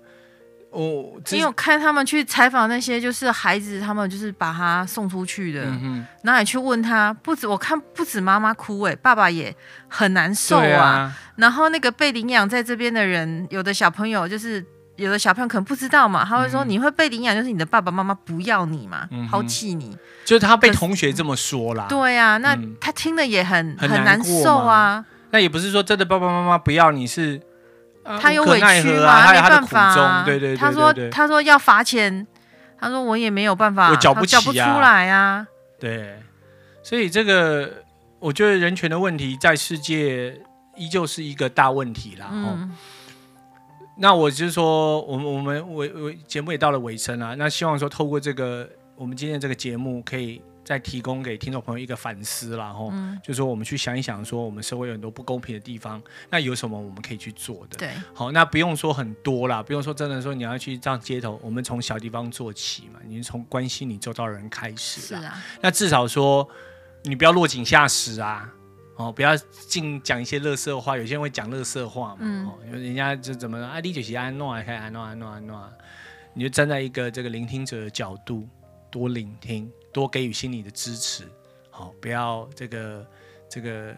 Speaker 1: 哦，这
Speaker 2: 因为我看他们去采访那些就是孩子，他们就是把他送出去的，
Speaker 1: 嗯哼，
Speaker 2: 然后也去问他，不止我看不止妈妈哭哎、爸爸也很难受
Speaker 1: 对
Speaker 2: 啊。
Speaker 1: 啊，
Speaker 2: 然后那个被领养在这边的人，有的小朋友就是有的小朋友可能不知道嘛，他会说
Speaker 1: 嗯
Speaker 2: 你会被领养就是你的爸爸妈妈不要你嘛，
Speaker 1: 嗯哼
Speaker 2: 抛弃你。
Speaker 1: 就是他被
Speaker 2: 可是
Speaker 1: 同学这么说啦，，
Speaker 2: 对啊，那
Speaker 1: 嗯
Speaker 2: 他听了也很
Speaker 1: 很
Speaker 2: 很
Speaker 1: 难
Speaker 2: 难
Speaker 1: 过
Speaker 2: 受
Speaker 1: 嘛
Speaker 2: 啊，
Speaker 1: 那也不是说真的爸爸妈妈不要你是，啊
Speaker 2: 他有
Speaker 1: 无可
Speaker 2: 委
Speaker 1: 奈
Speaker 2: 屈
Speaker 1: 何
Speaker 2: 嘛，
Speaker 1: 啊，他有他
Speaker 2: 没
Speaker 1: 的
Speaker 2: 办
Speaker 1: 苦
Speaker 2: 法、啊
Speaker 1: 衷，。对对对，
Speaker 2: 他说
Speaker 1: 对对
Speaker 2: 他说要罚钱，他说我也没有办法，
Speaker 1: 我缴
Speaker 2: 他
Speaker 1: 不
Speaker 2: 缴不
Speaker 1: 起
Speaker 2: 出
Speaker 1: 啊
Speaker 2: 来啊。
Speaker 1: 对，所以这个我觉得人权的问题在世界依旧是一个大问题啦，哦。
Speaker 2: 嗯，
Speaker 1: 那我就是说，我们我们我我节目也到了尾声啊了，那希望说透过这个我们今天这个节目，可以再提供给听众朋友一个反思啦，吼，
Speaker 2: 嗯
Speaker 1: 就说我们去想一想，说我们社会有很多不公平的地方，那有什么我们可以去做的？
Speaker 2: 对，
Speaker 1: 好，那不用说很多啦，不用说真的说你要去上街头，我们从小地方做起嘛，你从关心你周遭的人开始
Speaker 2: 是
Speaker 1: 啦。
Speaker 2: 啊，
Speaker 1: 那至少说你不要落井下石啊，哦，不要净讲一些乐色话，有些人会讲乐色话嘛，
Speaker 2: 嗯
Speaker 1: 哦，因为人家就怎么啊，你就是安诺啊，看安诺安诺安诺啊，你就站在一个这个聆听者的角度，多聆听，多给予心理的支持，好、不要这个这个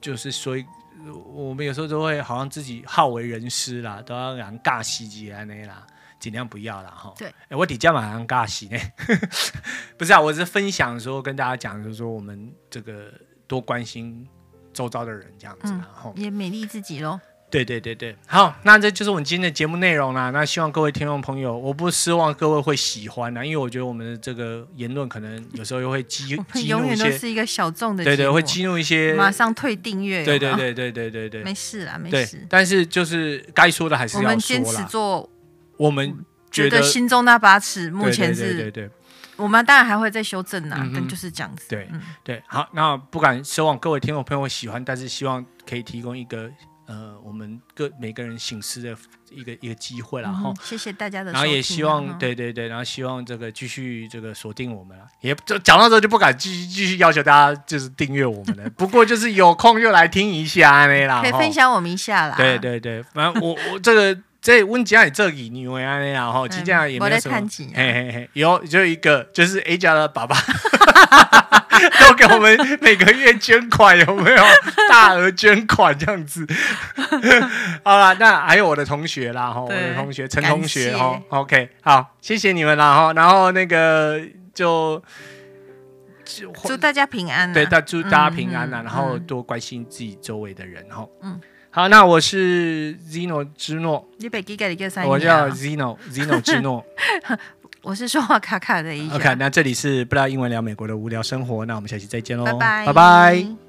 Speaker 1: 就是说一。呃我们有时候都会好像自己好为人师啦，都要讲尬戏节安那啦，尽量不要啦哈。
Speaker 2: 对
Speaker 1: 诶我底价马上尬戏呢， 不是啊，我是分享说跟大家讲，就是说我们这个多关心周遭的人这样子啦，吼、
Speaker 2: 嗯也勉励自己喽。
Speaker 1: 对对对对，好，那这就是我们今天的节目内容啦。那希望各位听众朋友，我不奢望各位会喜欢啊啦，因为我觉得我们的这个言论可能有时候又会激
Speaker 2: 我们
Speaker 1: 激怒
Speaker 2: 永
Speaker 1: 一
Speaker 2: 远都
Speaker 1: 些，
Speaker 2: 是一个小众的节
Speaker 1: 对
Speaker 2: 目，
Speaker 1: 对，会激怒一些，
Speaker 2: 马上退订阅，
Speaker 1: 对
Speaker 2: 有
Speaker 1: 对
Speaker 2: 没有
Speaker 1: 对对对对对
Speaker 2: 没事啦，没
Speaker 1: 对
Speaker 2: 事。。
Speaker 1: 但是就是该说的还是
Speaker 2: 哎我
Speaker 1: 要
Speaker 2: 们坚
Speaker 1: 说
Speaker 2: 持
Speaker 1: 啦。
Speaker 2: 做，嗯
Speaker 1: 我们觉得
Speaker 2: 得心中那把尺，目
Speaker 1: 对
Speaker 2: 前
Speaker 1: 对对
Speaker 2: 是
Speaker 1: 对对
Speaker 2: 我们当然还会再修正啊
Speaker 1: 嗯，哼
Speaker 2: 但就是这样子。
Speaker 1: 对
Speaker 2: 嗯
Speaker 1: 对，好，那不敢奢望各位听众朋友喜欢，但是希望可以提供一个呃我们各每个人醒思的一个一个机会啦。
Speaker 2: 嗯
Speaker 1: 然后
Speaker 2: 哼谢谢大家的收
Speaker 1: 然
Speaker 2: 听啊，
Speaker 1: 后也希望
Speaker 2: 哈，
Speaker 1: 对对对，然后希望这个继续这个锁定我们了，也就讲到这就不敢继续继续要求大家就是订阅我们了。不过就是有空就来听一下那啦，
Speaker 2: 可以
Speaker 1: 吼
Speaker 2: 分享我们一下啦。
Speaker 1: 对对对，反正我我这个这温吉亚你这里你为安尼啦吼，
Speaker 2: 嗯，
Speaker 1: 其实这样也没
Speaker 2: 我
Speaker 1: 有
Speaker 2: 在
Speaker 1: 什么哎
Speaker 2: 看。景啊，
Speaker 1: 嘿嘿嘿，有就一个，就是 A 家的爸爸 都给我们每个月捐款，有没有大额捐款这样 子？好啦，那还有我的同学啦，哈，我的
Speaker 2: 对
Speaker 1: 同学陈同学
Speaker 2: 感谢
Speaker 1: 哈，OK，好，谢谢你们啦哈，然后那个就就
Speaker 2: 祝大家平安啊。
Speaker 1: 对，大祝大家平安啊，
Speaker 2: 嗯嗯
Speaker 1: 然后
Speaker 2: 嗯
Speaker 1: 多关心自己周围的人哈。
Speaker 2: 嗯，
Speaker 1: 好，那我是 Zino 之诺，
Speaker 2: 你北基给你个三
Speaker 1: 我
Speaker 2: 一啊
Speaker 1: 叫 Zino Zino 之诺。
Speaker 2: 我是说话卡卡的一啊
Speaker 1: OK，
Speaker 2: 家，
Speaker 1: 那这里是不知道英文聊美国的无聊生活，那我们下期再见喽，
Speaker 2: 拜拜
Speaker 1: 拜拜。